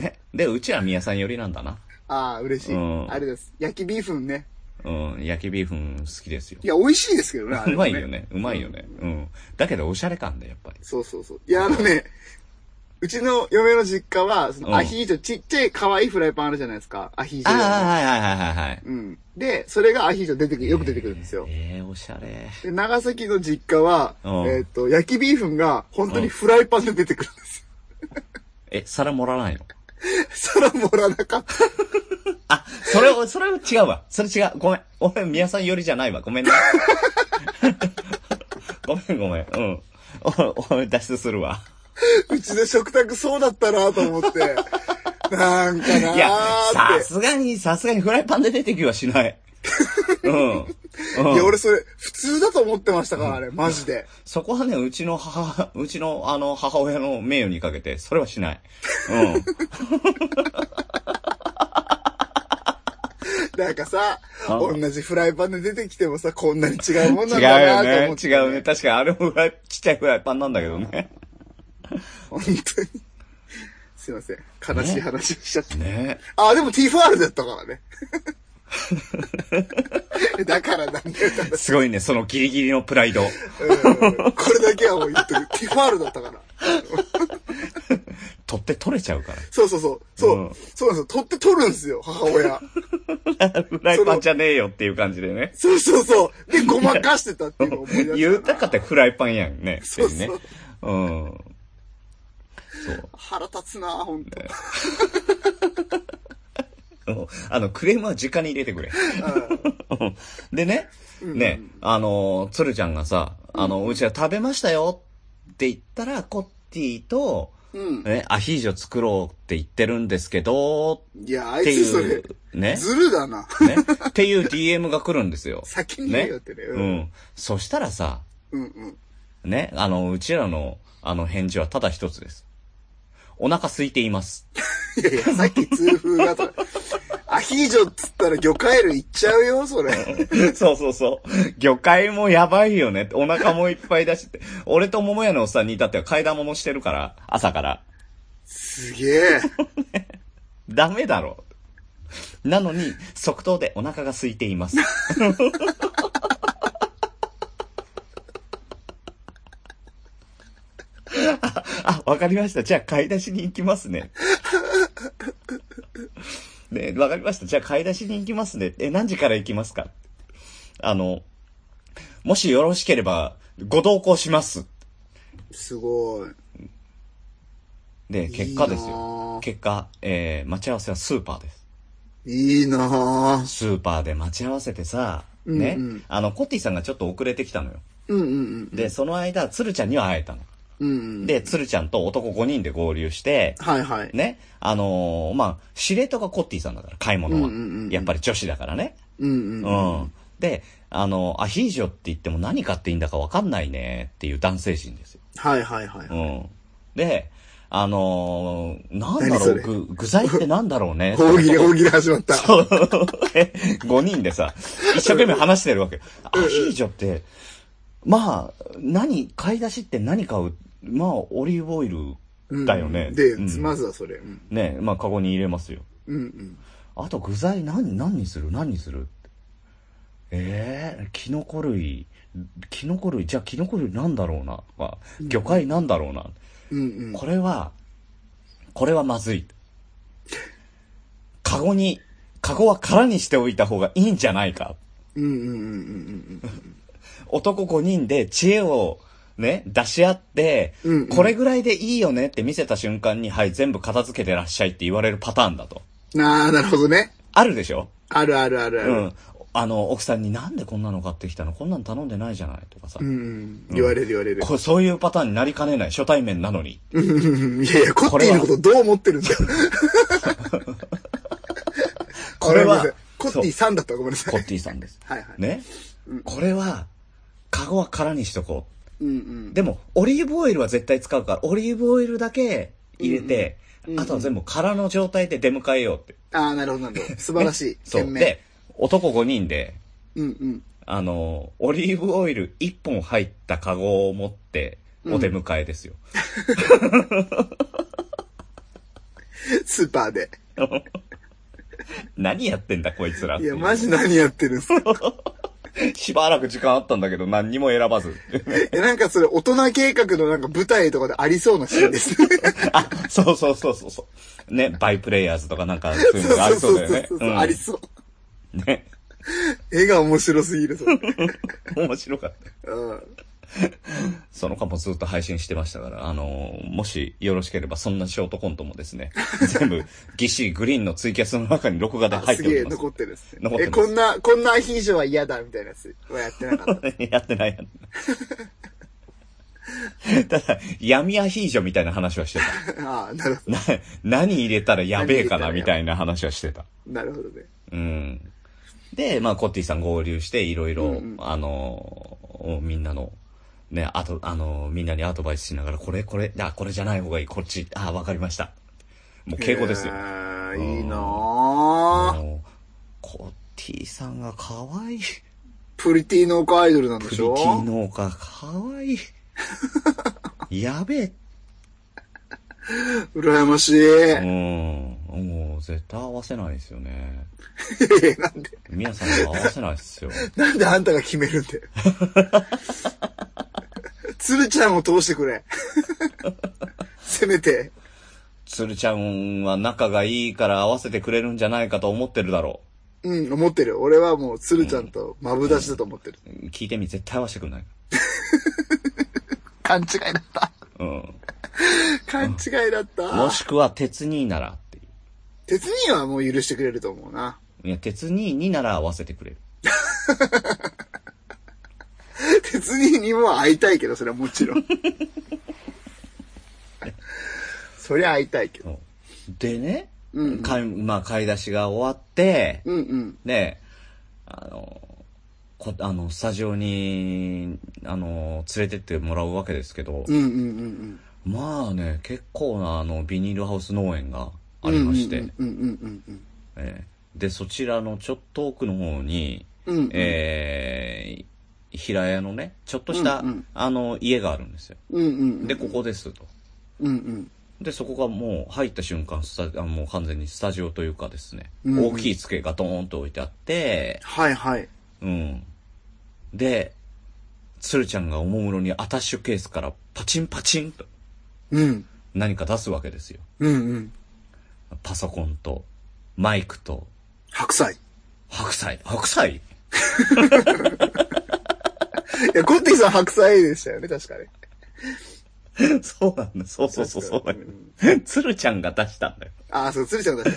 Speaker 2: ね。で、うちはミヤさん寄りなんだな。
Speaker 3: ああ、嬉しい。
Speaker 2: うん
Speaker 3: あれです。焼きビーフンね。
Speaker 2: うん。焼きビーフン好きですよ
Speaker 3: い。や、美味しいですけどね、あれ
Speaker 2: う
Speaker 3: も
Speaker 2: まいよ。ね。うまいよね。うん。だけど、おしゃれ感で、やっぱり。
Speaker 3: そうそうそう。いや、あのね、うちの嫁の実家は、そ
Speaker 2: うん
Speaker 3: のアヒージョ、ちっちゃい可愛いフライパンあるじゃないですか。アヒージ
Speaker 2: ああ、
Speaker 3: ョ用の。
Speaker 2: はいはいはいはいはい。
Speaker 3: うん。で、それがアヒージョ出てくる、よく出てくるんですよ。
Speaker 2: ええー、おしゃれ。
Speaker 3: で、長崎の実家は、
Speaker 2: うん
Speaker 3: えっ、と、焼きビーフンが本当にフライパンで出てくるんです
Speaker 2: え、皿盛らないの
Speaker 3: よ。皿もらなかった。
Speaker 2: あ、それ、それ違うわ。それ違う。ごめん。俺、宮さん寄りじゃないわ。ごめんね。 ごめんごめん。うん。お、お、脱出するわ。
Speaker 3: うちの食卓そうだったなと思って。 なんかない
Speaker 2: や、
Speaker 3: ー
Speaker 2: さ
Speaker 3: って。
Speaker 2: すがに、さすがにフライパンで出てきはし ない。うん。うん、
Speaker 3: いや、俺それ、普通だと思ってましたから、あれ、マジで。
Speaker 2: そこはね、うちの母、うちの、あの、母親の名誉にかけて、それはしない。
Speaker 3: なんかさ、
Speaker 2: あ
Speaker 3: 同じフライパンで出てきてもさ、こんなに違うもん
Speaker 2: うん。
Speaker 3: な
Speaker 2: 違う
Speaker 3: んだ
Speaker 2: よ
Speaker 3: なと思
Speaker 2: ね
Speaker 3: っ。て、
Speaker 2: 違うね。。確かに、あれもフライ、ちっちゃいフライパンなんだけどね。
Speaker 3: 本当に。すいません。悲しい話をしちゃって。
Speaker 2: ね
Speaker 3: あ、でも T ファールだったからね。 だからなんだよ。
Speaker 2: すごいね、そのギリギリのプライド。
Speaker 3: うんこれだけはもう言っとく。ティファールだったから。
Speaker 2: 取って取れちゃうから。
Speaker 3: そうそうそう。そう、
Speaker 2: うん
Speaker 3: そうなんですよ。取って取るんですよ、母親。
Speaker 2: フライパンじゃねえよっていう感じでね。
Speaker 3: そうそうそう。で、ごまかしてたっていうのを思い出したな。
Speaker 2: 言うたかってフライパンやんね。
Speaker 3: そうそう
Speaker 2: っていね。うん。そう
Speaker 3: 腹立つな本当。
Speaker 2: うん。あの、クレームは直に入れてくれ。うんでね、ね、あの、鶴ちゃんがさ、あの、うちは食べましたよって言ったら、コッティと、
Speaker 3: うん。
Speaker 2: ね、アヒージョ作ろうって言ってるんですけど、
Speaker 3: いや、あ
Speaker 2: っ
Speaker 3: い
Speaker 2: て
Speaker 3: つそ
Speaker 2: い
Speaker 3: れ
Speaker 2: う、、ね。
Speaker 3: ずるだな。
Speaker 2: ね。っていう DM が来るんですよ。
Speaker 3: 先に言うよってね
Speaker 2: う
Speaker 3: うん
Speaker 2: ん。そしたらさ、
Speaker 3: うんうん。
Speaker 2: ね、あの、うちらの、あの、返事はただ一つです。お腹空いています。
Speaker 3: いやいや、さっき痛風がとか。アヒージョっつったら魚介類いっちゃうよ、それ。
Speaker 2: そうそうそう。魚介もやばいよね。お腹もいっぱいだしって。俺と桃屋のおっさんに至っては替え玉もしてるから、朝から。
Speaker 3: すげえ。
Speaker 2: ダメだろ。なのに、即答でお腹が空いています。 あ、あわかりました。じゃあ買い出しに行きますね。ねわかりました。じゃあ買い出しに行きますね。え、何時から行きますかあの、もしよろしければ、ご同行します。
Speaker 3: すごい。
Speaker 2: で、結果です
Speaker 3: いいな
Speaker 2: よ。
Speaker 3: ぁ
Speaker 2: 結果、えー待ち合わせはスーパーです。
Speaker 3: いいなぁ。
Speaker 2: スーパーで待ち合わせてさ、
Speaker 3: うんうん
Speaker 2: ね、あの、コティさんがちょっと遅れてきたのよ。
Speaker 3: うんうんうん。
Speaker 2: で、その間、鶴ちゃんには会えたの。
Speaker 3: うんうん。
Speaker 2: で、鶴ちゃんと男5人で合流して、
Speaker 3: はいはい。
Speaker 2: ね、あのーまあ、司令塔がコッティさんだから、買い物は。
Speaker 3: うんうんうん
Speaker 2: やっぱり女子だからね。
Speaker 3: うんうん
Speaker 2: う
Speaker 3: うん。
Speaker 2: ん。で、あの、アヒージョって言っても何買っていいんだかわかんないねっていう男性陣ですよ。。
Speaker 3: はいはいはいう
Speaker 2: ん。で、あのーなんだ
Speaker 3: 何
Speaker 2: ろ、
Speaker 3: そうれ
Speaker 2: 具具材ってなんだろうね。
Speaker 3: 大喜利、大喜利始ま った。
Speaker 2: え5人でさ、一生懸命話してるわけ。アヒージョって、まあ、何、買い出しって何買うまあ、オリーブオイルだよね。
Speaker 3: で、
Speaker 2: うん
Speaker 3: まずはそれ。うん。
Speaker 2: ね、まあ、カゴに入れますよ。
Speaker 3: うんうん。
Speaker 2: あと具材何、何にする何にするええキノコ類、キノコ類、じゃあキノコ類なんだろうな、まあ、魚介なんだろうな、
Speaker 3: うんうん。
Speaker 2: これは、これはまずい。カゴに、カゴは空にしておいた方がいいんじゃないか。
Speaker 3: うんうんうんうん
Speaker 2: 男5人で知恵をね、出し合って、
Speaker 3: うんうん
Speaker 2: これぐらいでいいよねって見せた瞬間に、はい、全部片付けてらっしゃいって言われるパターンだと。
Speaker 3: うん。ああ、なるほどね。
Speaker 2: あるでしょ
Speaker 3: あるあるあるあ
Speaker 2: う
Speaker 3: る。
Speaker 2: ん。あの、奥さんになんでこんなの買ってきたのこんなの頼んでないじゃないとかさ。
Speaker 3: うんうん。言われる言われる。
Speaker 2: こそういうパターンになりかねない。初対面なのに。
Speaker 3: うんうんうん。 いやいや、コッティのことどう思ってるんだよ。
Speaker 2: これは
Speaker 3: ごめんなさいコッティさんだったわごめんなさい。
Speaker 2: コッティさんです。
Speaker 3: はいはい。
Speaker 2: ね。これは、カゴは空にしとこう。
Speaker 3: うんうん。
Speaker 2: でも、オリーブオイルは絶対使うから、オリーブオイルだけ入れて、あとは全部空の状態で出迎えようって。
Speaker 3: ああ、なるほどなるほど。素晴らしい。
Speaker 2: そう。
Speaker 3: 賢明
Speaker 2: で、男5人で、
Speaker 3: うんうん。
Speaker 2: あの、オリーブオイル1本入ったカゴを持って、お出迎えですよ。
Speaker 3: スーパーで。
Speaker 2: 何やってんだこいつらっ
Speaker 3: い
Speaker 2: ていう
Speaker 3: や、マジ何やってるんすか。
Speaker 2: しばらく時間あったんだけど、何にも選ばず。
Speaker 3: え、なんかそれ、大人計画のなんか舞台とかでありそうなシーンですね。
Speaker 2: あ、そうそうそうそうそう。ね、バイプレイヤーズとかなんか、そういうのがありそうだよね。うん
Speaker 3: ありそう。
Speaker 2: ね。
Speaker 3: 絵が面白すぎる、それ。
Speaker 2: 面白かった。
Speaker 3: うん。
Speaker 2: その間もずっと配信してましたから、あのーもしよろしければそんなショートコントもですね、全部ぎっしりグリーンのツイキャスの中に録画で
Speaker 3: あ
Speaker 2: 入っ
Speaker 3: す
Speaker 2: てお
Speaker 3: げえ、
Speaker 2: ります。
Speaker 3: 残ってるっすね
Speaker 2: 残って
Speaker 3: え、
Speaker 2: ます
Speaker 3: こんな、こんな非常は嫌だ、みたいなやつはやってなかった。
Speaker 2: やってないやって ない。ただ、闇アヒージョみたいな話はしてた。
Speaker 3: ああ、なるほ
Speaker 2: な、何入れたらやべえかな
Speaker 3: 何入れたらやべえ
Speaker 2: みたいな話はしてた。
Speaker 3: ど。なるほどね。
Speaker 2: うん。で、まあ、コッティさん合流して、いろいろ
Speaker 3: うんう、ん
Speaker 2: あの、みんなの、ね、あと、あの、みんなにアドバイスしながら、これ、これ、あ、これじゃない方がいい、こっち、あ、わかりました。もう敬語ですよ
Speaker 3: へ。えいいなあ
Speaker 2: もうコッティさんが可愛い。
Speaker 3: プリティ農家アイドルなんで
Speaker 2: プリ
Speaker 3: し
Speaker 2: テ
Speaker 3: ょ
Speaker 2: ィ農家可愛 い。やべえ。
Speaker 3: 羨ましい。
Speaker 2: うん。もう、絶対合わせないですよね。
Speaker 3: いやいや なんで、
Speaker 2: みやさんが合わせないですよ。
Speaker 3: なんであんたが決めるんだよ。 鶴ちゃんを通してくれ。せめて。
Speaker 2: つるちゃんは仲がいいから合わせてくれるんじゃないかと思ってるだろ
Speaker 3: うん、思ってる。俺はもう鶴ちゃんとマブダチだと思ってる。
Speaker 2: う。聞いてみ、絶対合わせてくれない。
Speaker 3: 勘違いだった。
Speaker 2: うん。
Speaker 3: 勘違いだった。
Speaker 2: もしくは、鉄兄ならってい
Speaker 3: 鉄人はもう許してくれると思うな。
Speaker 2: う。いや、鉄兄になら合わせてくれる。
Speaker 3: 鉄人にも会いたいけど、それはもちろん。そりゃ会いたいけど。
Speaker 2: うんでね、
Speaker 3: うんうん
Speaker 2: 買い、まあ、買い出しが終わって、
Speaker 3: うんうん。
Speaker 2: で、あの、こあの、スタジオに、あの、連れてってもらうわけですけど、
Speaker 3: うんうんうん
Speaker 2: まあね、結構な、あの、ビニールハウス農園が
Speaker 3: うん。
Speaker 2: ありまして、
Speaker 3: うんうんうんうん
Speaker 2: えーで、そちらのちょっと奥の方に、
Speaker 3: うん。うん
Speaker 2: えー平屋のね、ちょっとした、
Speaker 3: うんうん
Speaker 2: あの、家があるんですよ。
Speaker 3: うんうん。
Speaker 2: で、ここですと。
Speaker 3: うんうん。
Speaker 2: で、そこがもう入った瞬間、スタあもう完全にスタジオというかですね、
Speaker 3: うんうん
Speaker 2: 大きい机がドーンと置いてあって、
Speaker 3: はいはい。
Speaker 2: うん。で、鶴ちゃんがおもむろにアタッシュケースからパチンパチンと
Speaker 3: うん。
Speaker 2: 何か出すわけですよ。
Speaker 3: うんうん。
Speaker 2: パソコンと、マイクと、
Speaker 3: 白菜。い
Speaker 2: 白菜。白菜
Speaker 3: や、コッティさん白菜でしたよね、確かね。
Speaker 2: そうなんだ。そうそうそうそうだよ。鶴ちゃんが出したんだよ。
Speaker 3: ああ、そう、鶴ちゃんだった。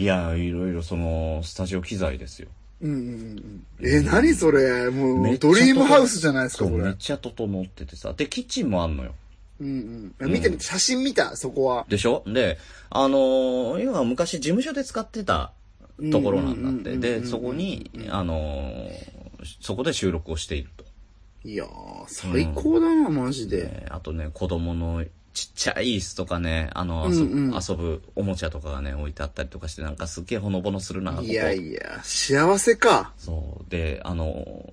Speaker 2: いや、いろいろその、スタジオ機材ですよ。
Speaker 3: うんうんうん。え、何それも
Speaker 2: め
Speaker 3: う、
Speaker 2: っちゃ
Speaker 3: ドリームハウスじゃないですか、
Speaker 2: そう
Speaker 3: これ。
Speaker 2: めっ
Speaker 3: う
Speaker 2: ちゃ整っててさ。で、キッチンもあんのよ。
Speaker 3: んうん。見てみて、写真見た、そこは。
Speaker 2: でしょで、あのー今は昔事務所で使ってたところなんだっ
Speaker 3: う
Speaker 2: て。
Speaker 3: んうんうんうんうん
Speaker 2: で、そこに、あのーそこで収録をしていると。
Speaker 3: いやー、最高だな、マジで。
Speaker 2: えーあとね、子供のちっちゃい椅子とかね、あの、
Speaker 3: うん
Speaker 2: 遊ぶ,、
Speaker 3: うん
Speaker 2: 遊ぶおもちゃとかがね、置いてあったりとかして、なんかすっげえほのぼのするな、ここ
Speaker 3: いやいや、幸せか。
Speaker 2: そう。で、あの、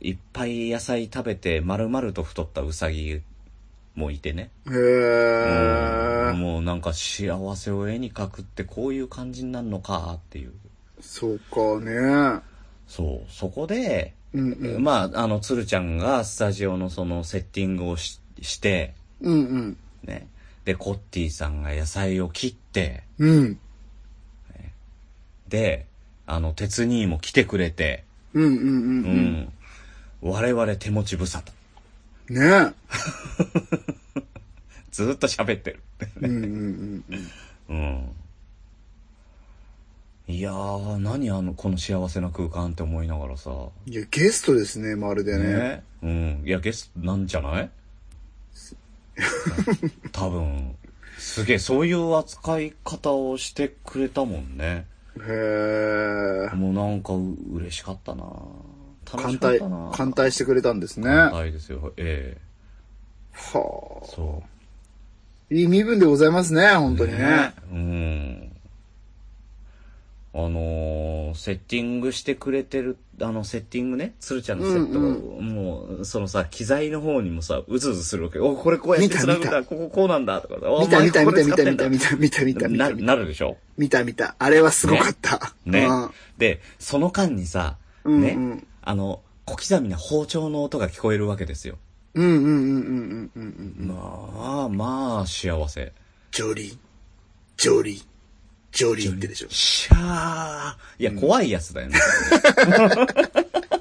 Speaker 2: いっぱい野菜食べて、丸々と太ったウサギもいてね。
Speaker 3: へ
Speaker 2: うん
Speaker 3: ー。
Speaker 2: もうなんか幸せを絵に描くってこういう感じになるのかっていう。
Speaker 3: そうかね。
Speaker 2: そう、そこで、
Speaker 3: うんうん。
Speaker 2: まあ、あの、鶴ちゃんがスタジオのそのセッティングをしして、
Speaker 3: うん
Speaker 2: ね。で、コッティさんが野菜を切って、
Speaker 3: うん。うん。
Speaker 2: で、あの、鉄兄も来てくれて、
Speaker 3: うんうんうん
Speaker 2: う
Speaker 3: うん。
Speaker 2: ん。我々手持ち無沙汰。
Speaker 3: ね
Speaker 2: ずーっと喋ってる。
Speaker 3: え。うんうんうん。
Speaker 2: うん。いやー、何あの、この幸せな空間って思いながらさ。
Speaker 3: いや、ゲストですね、まるでね。
Speaker 2: ね。うん。いや、ゲストなんじゃない 多分。すげえ、そういう扱い方をしてくれたもんね。
Speaker 3: へえ。
Speaker 2: もうなんかう嬉しかったな楽し
Speaker 3: 艦
Speaker 2: かっ
Speaker 3: 隊
Speaker 2: たな、
Speaker 3: 艦隊してくれたんですね。
Speaker 2: 艦
Speaker 3: は
Speaker 2: 隊ですよ。ええ
Speaker 3: あ。
Speaker 2: そ
Speaker 3: いい身分でございますね、本
Speaker 2: う。
Speaker 3: 当にね。
Speaker 2: うん。あのー、セッティングしてくれてる、あの、セッティングね、鶴ちゃんのセットが、
Speaker 3: うん
Speaker 2: もう、そのさ、機材の方にもさ、うずうずするわけ。お、これこうやって
Speaker 3: 見た
Speaker 2: つなぐんだ、
Speaker 3: 見
Speaker 2: こここうなんだ、とかさ。
Speaker 3: 見た見た見た見た見た
Speaker 2: 見
Speaker 3: 見た見た見た見
Speaker 2: な
Speaker 3: た見た
Speaker 2: なるでしょ
Speaker 3: 見た見た。あれはすごかった。
Speaker 2: ね
Speaker 3: うん。
Speaker 2: で、その間にさ、
Speaker 3: うん
Speaker 2: ね、
Speaker 3: うん
Speaker 2: あの、小刻みな包丁の音が聞こえるわけですよ。
Speaker 3: うんうんうんうんうんうんうん。
Speaker 2: まあ、まあ、幸せ。
Speaker 3: ジョリー、ジョリー、ジョリーってでしょ。
Speaker 2: しゃー。いや、怖いやつだ よね。
Speaker 3: クックッ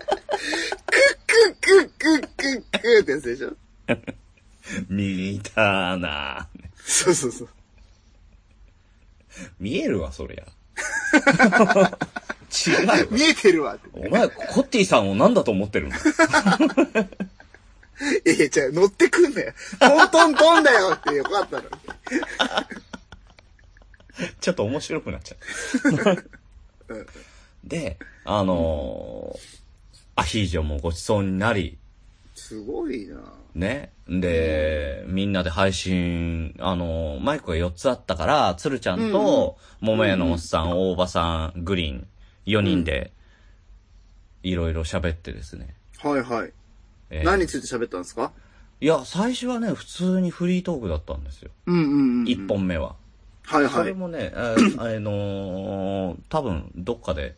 Speaker 3: クックックってやつでしょ。
Speaker 2: 見たな
Speaker 3: そうそうそう。
Speaker 2: 見えるわ、そりゃ。 違うわ。
Speaker 3: 見えてるわって。
Speaker 2: お前、コッティさんを何だと思ってるの
Speaker 3: いやいや、じゃあ乗ってくんなよ。トントントンだよってよかったの。
Speaker 2: ちょっと面白くなっちゃった。で、あのーアヒージョもごちそうになり、
Speaker 3: すごいな
Speaker 2: ね。で、みんなで配信、あの、マイクが4つあったから、鶴ちゃんと、桃屋のおっさん、大場さん、グリーン、4人で、いろいろ喋ってですね。
Speaker 3: はいはい。
Speaker 2: えー
Speaker 3: 何について喋ったんですか
Speaker 2: いや、最初はね、普通にフリートークだったんですよ。
Speaker 3: うんうんうん。
Speaker 2: 一1。本目は。
Speaker 3: はい
Speaker 2: そ
Speaker 3: は
Speaker 2: れ
Speaker 3: い。
Speaker 2: もね、 ああのー多分、どっかで、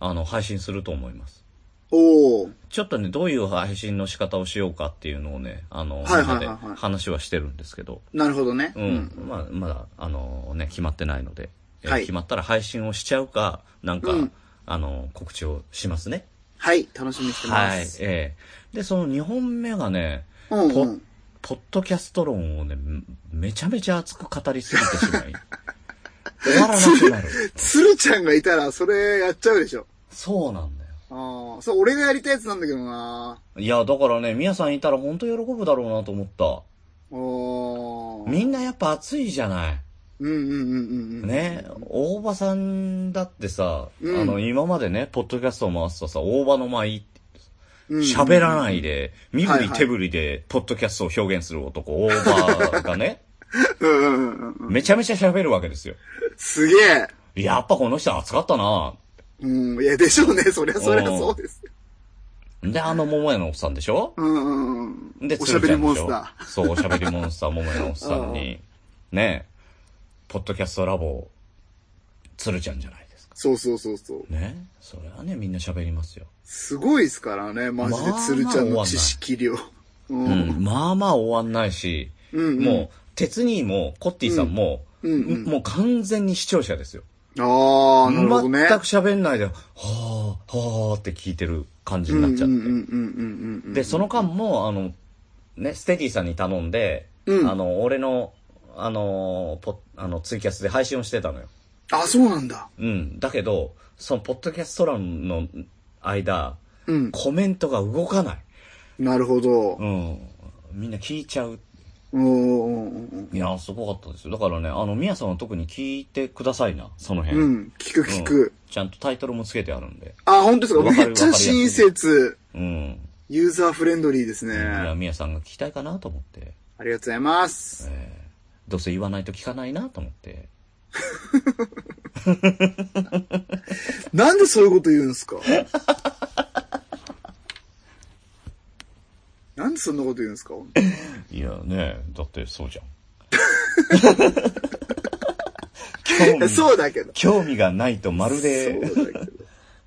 Speaker 2: あの、配信すると思います。
Speaker 3: おー。
Speaker 2: ちょっとね、どういう配信の仕方をしようかっていうのをね、あの、みん
Speaker 3: はいはい
Speaker 2: な
Speaker 3: はい
Speaker 2: で
Speaker 3: はい
Speaker 2: 話はしてるんですけど。
Speaker 3: なるほどね。
Speaker 2: うん。。まあ、まだ、あのね、決まってないので、えー
Speaker 3: はい
Speaker 2: 決まったら配信をしちゃうか、なんか、
Speaker 3: うん
Speaker 2: あの告知をしますね。
Speaker 3: はい、楽しみにしてま
Speaker 2: はい。
Speaker 3: す。
Speaker 2: ええで、その2本目がね、
Speaker 3: はい。うん
Speaker 2: ポ
Speaker 3: うん。
Speaker 2: ポッドキャスト論をね、めめちゃめちゃ熱く語りすぎてし まい、終わらなくなる。
Speaker 3: 鶴ちゃんがいたら、それやっちゃうでしょ。
Speaker 2: そうなんだよ。
Speaker 3: ああ、そう、俺がやりたいやつなんだけどない
Speaker 2: や、だからね、みやさんいたら本当喜ぶだろうなと思った。
Speaker 3: おー。
Speaker 2: みんなやっぱ熱いじゃない。
Speaker 3: うんうんうんうんうん。
Speaker 2: ね、大場さんだってさ、
Speaker 3: うん
Speaker 2: あの、今までね、ポッドキャストを回すとさ、大場の舞って、
Speaker 3: うんうん
Speaker 2: 喋らないで、身振
Speaker 3: はい
Speaker 2: り
Speaker 3: はい
Speaker 2: 手振りで、ポッドキャストを表現する男、オーバーが ね、
Speaker 3: うんうんうんうん。
Speaker 2: めちゃめちゃ喋るわけですよ。
Speaker 3: すげえ。
Speaker 2: やっぱこの人熱かったな
Speaker 3: うん、いや、でしょうね。そりゃそりゃそうです。
Speaker 2: で、あの桃屋のおっさんでしょ
Speaker 3: うんうんうん。
Speaker 2: で、
Speaker 3: おしゃべりモンス
Speaker 2: 鶴ちゃん
Speaker 3: タ
Speaker 2: でしょそう、おしゃべりモンスター、桃屋のおっさんに、ね、ポッドキャストラボ、鶴ちゃんじゃないですか
Speaker 3: ー。。そうそうそうそう。
Speaker 2: ね、それはね、みんな喋りますよ。
Speaker 3: すごいですからね、マジで鶴ちゃんの知識量。うん
Speaker 2: う。ん、まあまあ終わんないし、
Speaker 3: うんうん
Speaker 2: もう、鉄兄も、コッティさんも、
Speaker 3: うんうんうん
Speaker 2: もう完全に視聴者ですよ。
Speaker 3: ああ、なるほど
Speaker 2: 全く
Speaker 3: ね。
Speaker 2: 喋んないで、はあ、はあって聞いてる感じになっちゃっ
Speaker 3: うんうんう
Speaker 2: て。
Speaker 3: んうんうん。
Speaker 2: で、その間も、あの、ね、ステディさんに頼んで、
Speaker 3: うん
Speaker 2: あの、俺の、あの、ポあの、ツイキャスで配信をしてたのよ。
Speaker 3: あ、そうなんだ。
Speaker 2: うん。だけど、その、ポッドキャスト欄の間、
Speaker 3: うん。
Speaker 2: コメントが動かない。
Speaker 3: なるほど
Speaker 2: う。ん。みんな聞いちゃう。
Speaker 3: うんうんうん
Speaker 2: いや、すごかったですよ。だからね、あの、みやさんは特に聞いてくださいな、その
Speaker 3: うん。
Speaker 2: 辺。
Speaker 3: うん。聞く聞く。
Speaker 2: ちゃんとタイトルもつけてあるんで。
Speaker 3: あ、本当ですか
Speaker 2: わかる
Speaker 3: めっちゃ親切。
Speaker 2: うん。
Speaker 3: ユーザーフレンドリーです
Speaker 2: いや、
Speaker 3: ね。
Speaker 2: みやさんが聞きたいかなと思って。
Speaker 3: ありがとうございます。
Speaker 2: えーどうせ言わないと聞かないなと思って。
Speaker 3: なんでそういうこと言うんで すかなんでそんなこと言うんですか
Speaker 2: いやね、だってそう じゃん。興味
Speaker 3: そうだけど。
Speaker 2: 興味がないとまるで、
Speaker 3: そうだけど。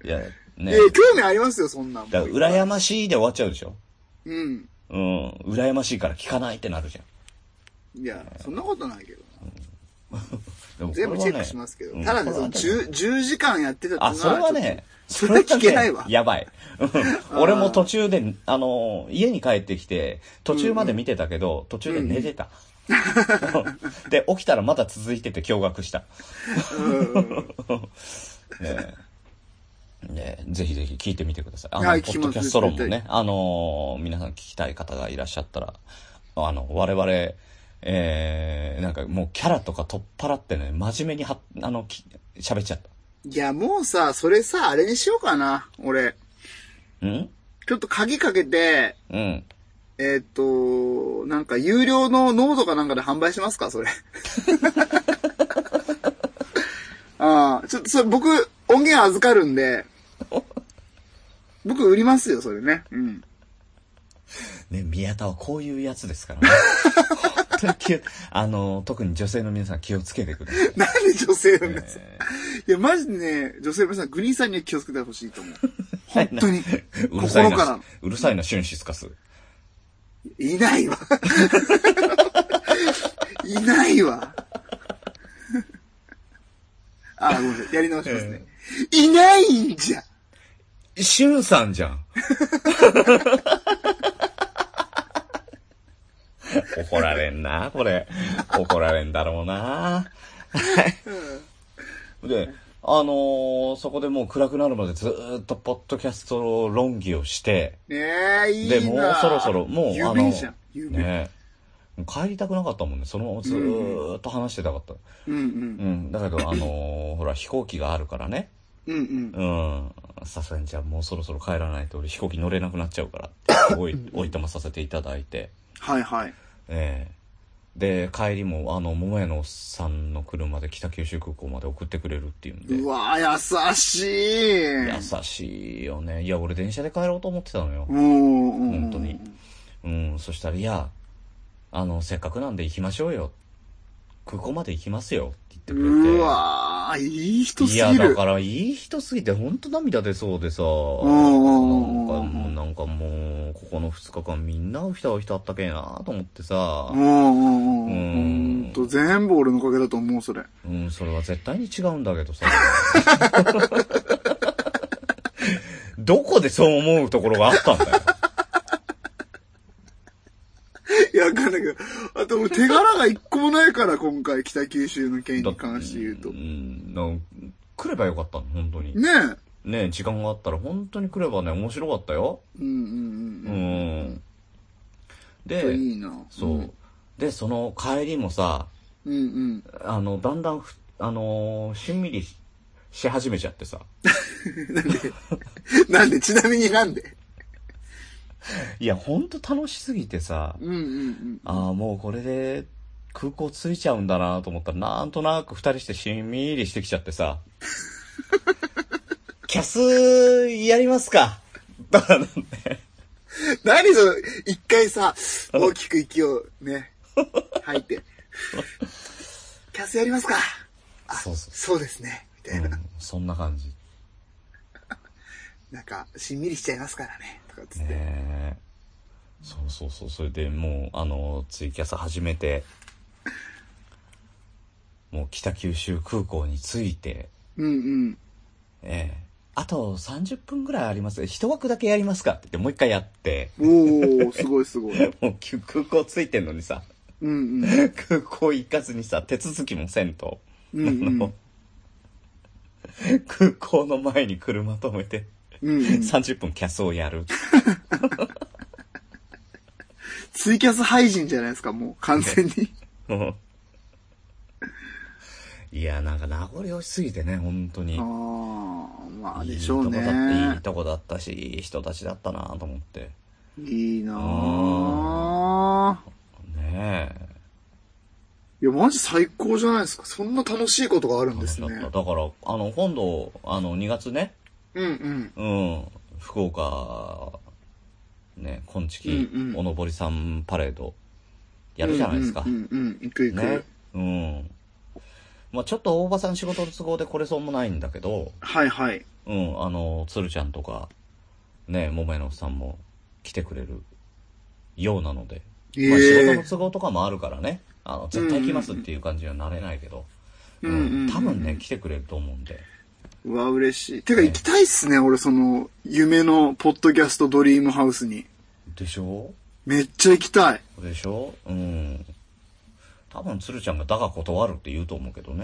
Speaker 2: いや、ね
Speaker 3: えー興味ありますよ、そんなんも
Speaker 2: だから、羨ましいで終わっちゃうでしょ
Speaker 3: うん。
Speaker 2: うん。羨ましいから聞かないってなるじゃん。
Speaker 3: いや、そんなことないけどな。
Speaker 2: でもこれはね
Speaker 3: 全部チェックしますけど。
Speaker 2: うん
Speaker 3: ただね、
Speaker 2: これは
Speaker 3: その 10, 10時間やってたっ
Speaker 2: あ、
Speaker 3: て
Speaker 2: それは
Speaker 3: ちょっ
Speaker 2: ね
Speaker 3: と、
Speaker 2: そ
Speaker 3: それ聞けない
Speaker 2: れは
Speaker 3: わ
Speaker 2: ね。やばい。うん俺も途中で、あの、家に帰ってきて、途中まで見てたけど、途中で寝てた。 で、起きたらまだ続いてて驚愕した。
Speaker 3: うん
Speaker 2: ねえ。ねえぜひぜひ聞いてみてください。あの、
Speaker 3: はい
Speaker 2: ポ
Speaker 3: 聞き
Speaker 2: ッド
Speaker 3: ます
Speaker 2: キャスト論も
Speaker 3: 絶
Speaker 2: ね、あのー皆さん聞きたい方がいらっしゃったら、あの、我々、えー、なんかもうキャラとか取っ払ってね、真面目には、あの、き喋っちゃっ
Speaker 3: いや、もうさ、それさ、あれにしようかな、俺。
Speaker 2: た。ん
Speaker 3: ちょっと鍵かけて、
Speaker 2: うん。
Speaker 3: えーっ、と、なんか有料のノードかなんかで販売します かそれ。ああ、ちょっとそれ僕、音源預かるんで、僕売りますよ、それね。うん。
Speaker 2: ね、宮田はこういうやつですからね。 本当に気をあの、特に女性の皆さん気をつけてください。
Speaker 3: なんで女性 の皆さん。いや、マジでね、女性の皆さん、グリーンさんには気をつけてほし いと思う。本当に。
Speaker 2: うるさい
Speaker 3: 心から
Speaker 2: な、うるさいな、シュンシスカス。
Speaker 3: いないわ。 いないわ。あ、ごめんなさい。やり直しますね。いないんじゃ
Speaker 2: シュンさんじゃん。 怒られんな、これ。怒られんだろうな。で、あのーそこでもう暗くなるまでずーっとポッドキャスト論議をして、
Speaker 3: ねえ、いいな
Speaker 2: で、もうそろそろ、もう、あの、
Speaker 3: 指じゃん。指。
Speaker 2: ねもう帰りたくなかったもんね。そのままずーっと話してたかった。
Speaker 3: うんうん。
Speaker 2: うん。だけど、あのーほら、飛行機があるからね。
Speaker 3: うんうん。
Speaker 2: うん。さすがにじゃあもうそろそろ帰らないと俺飛行機乗れなくなっちゃうからって、おい、おいたまさせていただいて。
Speaker 3: はいはい。
Speaker 2: ええで、帰りも、あの、桃屋のおっさんの車で北九州空港まで送ってくれるっていうんで。
Speaker 3: うわぁ、優しい。
Speaker 2: 優しいよね。いや、俺電車で帰ろうと思ってたのよ。
Speaker 3: うんうん。
Speaker 2: 本当に。。うん、そしたら、いや、あの、せっかくなんで行きましょうよ。空港まで行きますよ。って言ってくれて。
Speaker 3: うわぁ、いい人す
Speaker 2: い
Speaker 3: ぎる。
Speaker 2: や、だから、いい人すぎて、ほんと涙出そうでさ、なんか
Speaker 3: んうんうん
Speaker 2: もう、なんかもう、ここの2日間みんな会う人会う人あったけえなと思ってさ
Speaker 3: う、んうんう
Speaker 2: うん
Speaker 3: ん。ほんと、全部俺のおかげだと思う、それ。
Speaker 2: うん、それは絶対に違うんだけどさ。 どこでそう思うところがあったん だよ。
Speaker 3: いや、わかんないけど。あともう手柄が一個もないから、今回、北九州の件に関して言うと。
Speaker 2: う
Speaker 3: ね
Speaker 2: ん、なん来ればよかったの、本当に。
Speaker 3: え。
Speaker 2: ね時間があったら本当に来ればね、面白かったよ。
Speaker 3: うん
Speaker 2: う
Speaker 3: う
Speaker 2: ん。
Speaker 3: んうん。
Speaker 2: で、
Speaker 3: いいな。
Speaker 2: そう。で、その帰りもさ、
Speaker 3: うんうん。
Speaker 2: あの、だんだんふ、あのーしんみりしし始めちゃってさ。
Speaker 3: なんで、ちなみになんで
Speaker 2: いや、ほんと楽しすぎてさ、
Speaker 3: うんうん
Speaker 2: ああ、もうこれで空港着いちゃうんだなと思ったら、なんとなく二人してしんみりしてきちゃって さ。キャス、やりますか。だからね、
Speaker 3: うん。何その、一回さ、大きく息をね、吐いて。キャスやりますかあ
Speaker 2: そうそう
Speaker 3: そうですね。みたいな。
Speaker 2: うんそんな感じ。
Speaker 3: なんか、しんみりしちゃいますからね。とかっつって。
Speaker 2: ねえそうそうそう。それでもう、あの、ツイキャス始めて、もう北九州空港に着いて、
Speaker 3: うんうん。
Speaker 2: ええあと30分ぐらいあります。一枠だけやりますかって言って、もう一回やって、
Speaker 3: おー、すごいすごい。
Speaker 2: もうき空港ついてんのにさ、
Speaker 3: うんうん。
Speaker 2: 空港行かずにさ、手続きもせんと、
Speaker 3: うんうん。
Speaker 2: 空港の前に車止めて、
Speaker 3: うんうん、
Speaker 2: 30分キャスをやる。
Speaker 3: ツイキャス廃人じゃないですか、もう、完全に。
Speaker 2: うんいや、なんか名残惜しすぎてね、本当に。
Speaker 3: ああ、まあでしょう
Speaker 2: いいとこだったい
Speaker 3: ね
Speaker 2: い。とこだったし、いい人たちだったなと思って。
Speaker 3: いいなあ
Speaker 2: ねえ。
Speaker 3: いや、マジ最高じゃないですか。そんな楽しいことがあるんですね。
Speaker 2: だから、あの、今度、あの、2月ね、
Speaker 3: うんうん。
Speaker 2: うん、福岡、ね、今月、
Speaker 3: うんうん
Speaker 2: おのぼりさんパレード、やるじゃないですか。
Speaker 3: うんうん、うん、行く行く。
Speaker 2: ね。うん。まあちょっと大場さん仕事の都合で来れそうもないんだけど、
Speaker 3: はいはい。
Speaker 2: うん、あの、鶴ちゃんとか、ね、桃屋のおっさんも来てくれるようなので、
Speaker 3: え
Speaker 2: まあ、仕事の
Speaker 3: え
Speaker 2: 都合とかもあるからね、あの、絶対来ますっていう感じにはなれないけど、
Speaker 3: うんうんうんうん
Speaker 2: 多分ね、来てくれると思うんで。
Speaker 3: うわ、嬉しい。てか行きたいっすね、俺その、夢のポッドキャストドリームハウスに。
Speaker 2: でしょ
Speaker 3: めっちゃ行きたい。
Speaker 2: でしょうん。多分、鶴ちゃんがだが断るって言うと思うけどね。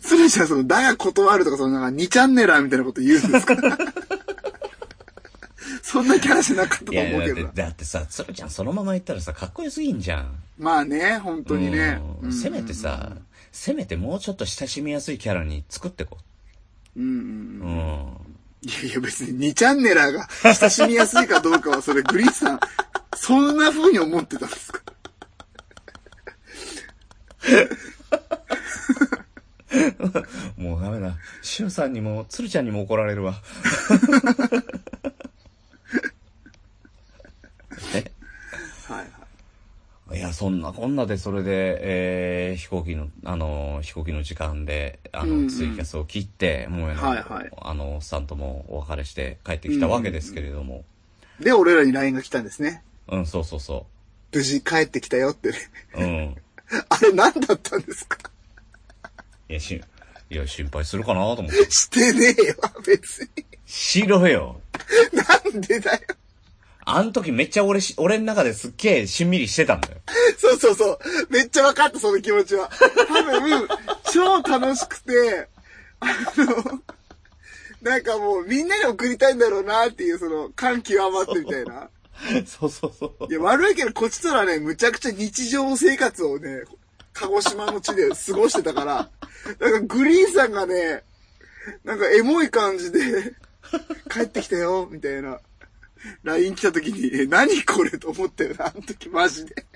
Speaker 3: 鶴ちゃん、その、だが断るとか、その、なんか、2チャンネラーみたいなこと言うんですか そんなキャラじゃなかった と
Speaker 2: いやい
Speaker 3: 思
Speaker 2: や
Speaker 3: う
Speaker 2: だ
Speaker 3: け
Speaker 2: って、
Speaker 3: ど。
Speaker 2: だってさ、鶴ちゃんそのまま言ったらさ、かっこよすぎんじゃん。本
Speaker 3: まあね、本当にね。うん
Speaker 2: せめてさ、せめてもうちょっと親しみやすいキャラに作ってこ
Speaker 3: うんうん
Speaker 2: う。うん。
Speaker 3: いやいや、別に2チャンネラーが親しみやすいかどうかは、それ、グリーンさん、そんな風に思ってたんですか
Speaker 2: もうダメだ。しゅんさんにも、つるちゃんにも怒られる わ。
Speaker 3: はいはい。
Speaker 2: いや、そんなこんなで、それで、えー、飛行機の、あのー、飛行機の時間で、あの、
Speaker 3: うんうん
Speaker 2: ツイキャスを切って、もう、
Speaker 3: はいはい
Speaker 2: あの、さんともお別れして帰ってきたわけですけれども。
Speaker 3: で、俺らに LINE が来たんですね。
Speaker 2: うん、そうそうそ
Speaker 3: 無事帰ってきたよってね。
Speaker 2: う。うん。
Speaker 3: あれ何だったんですか
Speaker 2: いや、し、いや、心配するかなと思って。
Speaker 3: してねえよ、別に。
Speaker 2: しろよ。
Speaker 3: なんでだよ。
Speaker 2: あの時めっちゃ俺し、俺の中ですっげえしんみりしてたんだよ。
Speaker 3: そうそうそう。めっちゃ分かった、その気持ちは。多分、超楽しくて、あの、なんかもうみんなに送りたいんだろうなっていう、その、感極まってみたいな。
Speaker 2: そうそうそう
Speaker 3: い。や、悪いけど、こっちとらね、むちゃくちゃ日常生活をね、鹿児島の地で過ごしてたから、なんかグリーンさんがね、なんかエモい感じで、帰ってきたよ、みたいな。LINE 来た時に、え、何これと思ったよな、あの時マジで。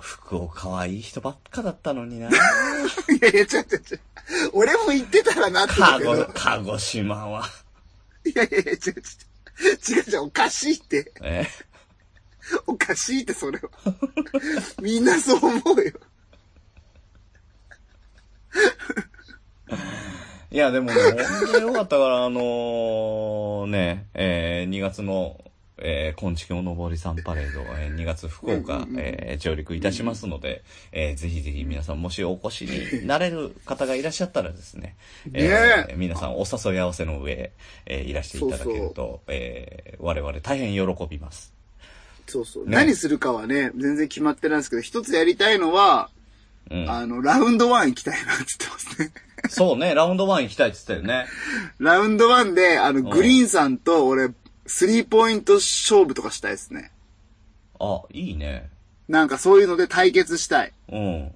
Speaker 2: 福岡はいい人ばっかだったのにな。
Speaker 3: いやいや、ちょちょちょ。俺も言ってたらなって思
Speaker 2: 鹿
Speaker 3: うけど。
Speaker 2: 児、鹿児島は。
Speaker 3: いやいやいや、違う違う。違う違う、おかしいって。
Speaker 2: え
Speaker 3: おかしいって、それは。みんなそう思うよ。
Speaker 2: いや、でもね、ほんとよかったから、あのー、ね、えー、2月の、えー、昆虫おのぼりさんパレード、えー、2月福岡、えー、上陸いたしますので、えー、ぜひぜひ皆さん、もしお越しになれる方がいらっしゃったらですね、え
Speaker 3: ね
Speaker 2: ー、皆さんお誘い合わせの上、えー、いらしていただけると、えー、我々大変喜びます。
Speaker 3: そうそう。
Speaker 2: ね
Speaker 3: 何するかはね、全然決まってないんですけど、一つやりたいのは、
Speaker 2: うん。
Speaker 3: あの、ラウンドワン行きたいなって言ってますね。
Speaker 2: そうね、ラウンド1行きたいって言ってたよね。
Speaker 3: ラウンドワンで、あの、グリーンさんと俺、スリーポイント勝負とかしたいですね。
Speaker 2: あ、いいね。
Speaker 3: なんかそういうので対決したい。
Speaker 2: うん。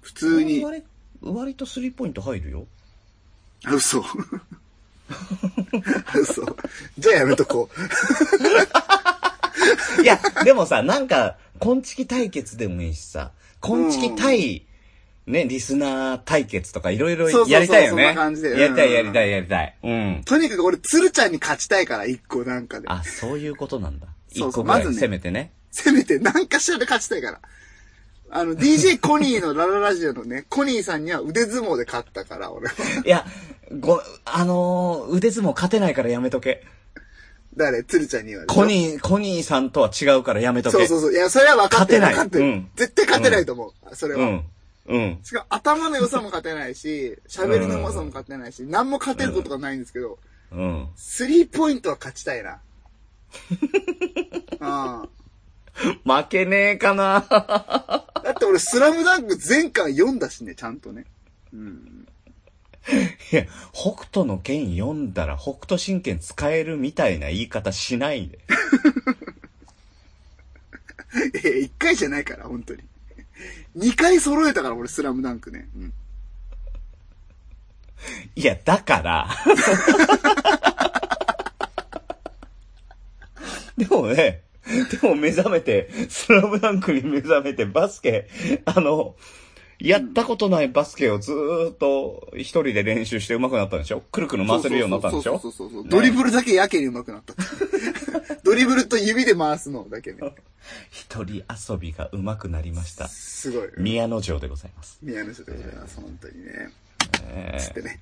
Speaker 3: 普通に。
Speaker 2: 割割とスリーポイント入るよ。
Speaker 3: あ嘘。嘘。じゃあやめとこ
Speaker 2: いや、でもさ、なんか、昆虫対決でもいいしさ、昆虫対、ね、リスナー対決とかいろいろ
Speaker 3: そうそうそう
Speaker 2: やりたいよね。
Speaker 3: そんな感じでうん
Speaker 2: やりたい、やりたい、やりたい。うん
Speaker 3: う。。とにかく俺、鶴ちゃんに勝ちたいから、一個なんかで。
Speaker 2: あ、そういうことなんだ。
Speaker 3: そうそう
Speaker 2: 一個ぐらい
Speaker 3: まずね
Speaker 2: せめてね。
Speaker 3: せめて何かしらで勝ちたいから。あの、DJ コニーのラララジオのね、コニーさんには腕相撲で勝ったから、俺は。
Speaker 2: いや、ご、あのー腕相撲勝てないからやめとけ。
Speaker 3: 誰鶴ちゃんには。
Speaker 2: コニー、コニーさんとは違うからやめとけ。
Speaker 3: そうそうそう。いや、それは分かって
Speaker 2: 勝て
Speaker 3: る。
Speaker 2: ない
Speaker 3: 分かってる
Speaker 2: うん
Speaker 3: 絶対勝てないと思う。それは。
Speaker 2: うん。うん。
Speaker 3: しかも頭の良さも勝てないし、喋りのうまさも勝てないし、何も勝てることがないんですけど、
Speaker 2: うん。
Speaker 3: スリーポイントは勝ちたい な。あ
Speaker 2: 負けねえかな
Speaker 3: あだって俺、スラムダンク全巻読んだしね、ちゃんとね。
Speaker 2: いや、北斗の剣読んだら北斗神拳使えるみたいな言い方しないで。
Speaker 3: ええ、一回じゃないから、本当に。二回揃えたから、俺、スラムダンクね。うん。
Speaker 2: いや、だから。 でもね、でも目覚めて、スラムダンクに目覚めてバスケ、あの、やったことないバスケをずーっと一人で練習して上手くなったんでしょくるくる回せるようになったんでしょ
Speaker 3: そうそうそうそうそうそうそう。ドリブルだけやけに上手くなったって。 ドリブルと指で回すのだけね。
Speaker 2: 一人遊びが上手くなりました。
Speaker 3: すごい。
Speaker 2: 宮野城でございます。
Speaker 3: 宮野人でございます、本当にね。
Speaker 2: え
Speaker 3: つっ
Speaker 2: ー
Speaker 3: てね。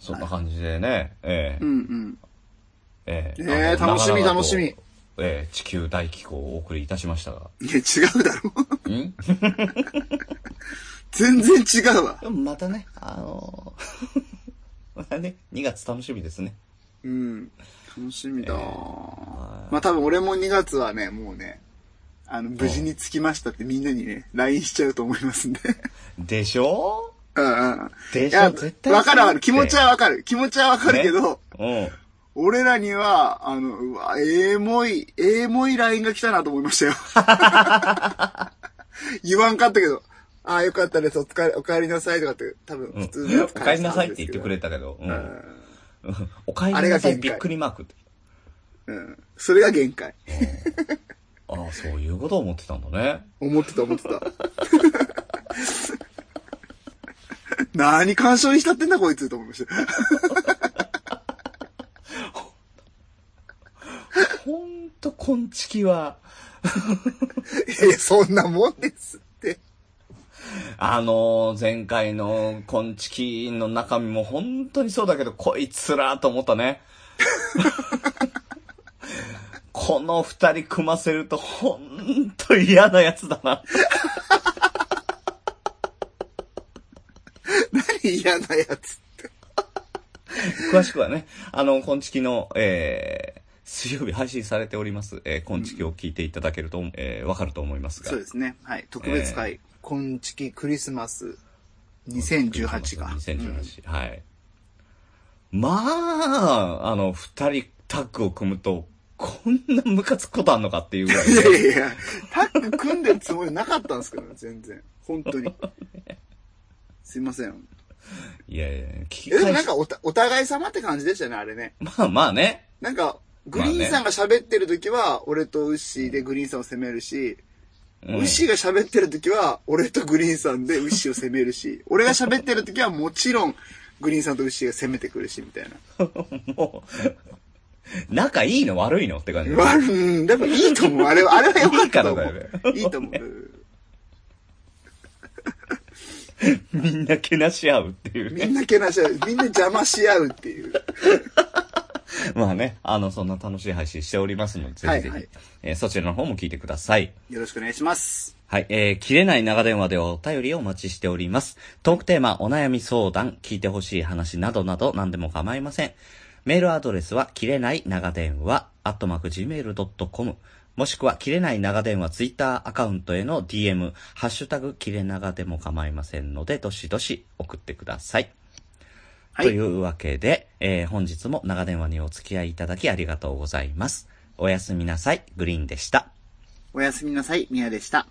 Speaker 2: そんな感じでね、えー
Speaker 3: うんうん。
Speaker 2: えー
Speaker 3: えー
Speaker 2: あの
Speaker 3: 楽しみ
Speaker 2: 長々と
Speaker 3: 楽しみ
Speaker 2: えー地球大気候をお送りいたしましたが。
Speaker 3: いや、違うだろ。
Speaker 2: ん
Speaker 3: 全然違うわ。
Speaker 2: またね、あのー またね、2月楽しみですね。
Speaker 3: うん。楽しみだ、まあ多分俺も2月はね、もうね、あの、無事に着きましたってみんなにね、LINE しちゃうと思いますんで。
Speaker 2: で しょ
Speaker 3: うんうん。
Speaker 2: で
Speaker 3: い
Speaker 2: しょ
Speaker 3: や、
Speaker 2: 絶対
Speaker 3: わかるわかる。気
Speaker 2: そうだ
Speaker 3: 持
Speaker 2: って
Speaker 3: ちはわかる。気持ちはわかるけど、
Speaker 2: うん。
Speaker 3: 俺らには、あの、うわ、ええもい、ええもい LINE が来たなと思いました よ。言わんかったけど、ああ、よかったです、お疲れ、お帰りなさいとかって、多分
Speaker 2: うん
Speaker 3: 普通のやつ
Speaker 2: お帰りなさいって言ってくれ
Speaker 3: た
Speaker 2: たけど、うん
Speaker 3: んです
Speaker 2: うんお帰りなさいびっくりマークって。
Speaker 3: けど。うん。うん。それが限界。
Speaker 2: ああ、そういうことを思ってたんだね。
Speaker 3: 思ってた思って た。何干渉に浸ってんだこいつと思いました。
Speaker 2: ほんと、こんちきは、
Speaker 3: いやいや、そんなもんですって。
Speaker 2: あのー、前回のこんちきの中身も本当にそうだけど、こいつらと思ったね。この二人組ませると、ほんと嫌なやつだな。
Speaker 3: 何嫌なやつ。
Speaker 2: 詳しくはね、あの、こんちきの、えー、水曜日配信されております、えー、こんちきを聞いていただけると、えーわかると思いますが。
Speaker 3: そうですね。はい。特別会、こんちきクリスマス2018が。
Speaker 2: 2018、はい。まあ、あの、二人タッグを組むと、こんなムカつくことあんのかっていうぐらい
Speaker 3: い
Speaker 2: で。
Speaker 3: やいやいや、タッグ組んでるつもりなかったんですけどね、全然。本当に。すいま せん。
Speaker 2: いやいや、聞き
Speaker 3: え、でも
Speaker 2: 返
Speaker 3: な
Speaker 2: し
Speaker 3: ん、かおたお互い様って感じでしたね、あれね。
Speaker 2: まあまあね。
Speaker 3: なんか、グリーンさんが喋ってる時は、俺とウッシーでグリーンさんを責めるし、
Speaker 2: うん
Speaker 3: ウッシーが喋ってる時は、俺とグリーンさんでウッシーを責めるし、俺が喋ってる時はもちろん、グリーンさんとウッシーが攻めてくるし、みたいな。
Speaker 2: もう、仲いいの悪いのって感じ。
Speaker 3: 悪いうん、でもいいと思う。あれは、あれは良かったと思
Speaker 2: いいからだよ
Speaker 3: う。
Speaker 2: ね
Speaker 3: いいと思う。
Speaker 2: みんなけなし合うっていう
Speaker 3: み
Speaker 2: ね。
Speaker 3: んなけなし合う。みんな邪魔し合うっていう。
Speaker 2: まあね、あの、そんな楽しい配信しておりますので、ぜひぜひ、
Speaker 3: はいはい
Speaker 2: えーそちらの方も聞いてください。
Speaker 3: よろしくお願いします。
Speaker 2: はい、えー、切れない長電話ではお便りをお待ちしております。トークテーマ、お悩み相談、聞いてほしい話などなど何でも構いません。メールアドレスは、切れない長電話、アットマーク gmail.com、もしくは、切れない長電話ツイッターアカウントへの DM、ハッシュタグ、切れ長でも構いませんので、どしどし送ってください。
Speaker 3: はい
Speaker 2: というわけで、えー、本日も長電話にお付き合いいただきありがとうございます。おやすみなさい、グリーンでした。
Speaker 3: おやすみなさい、みやでした。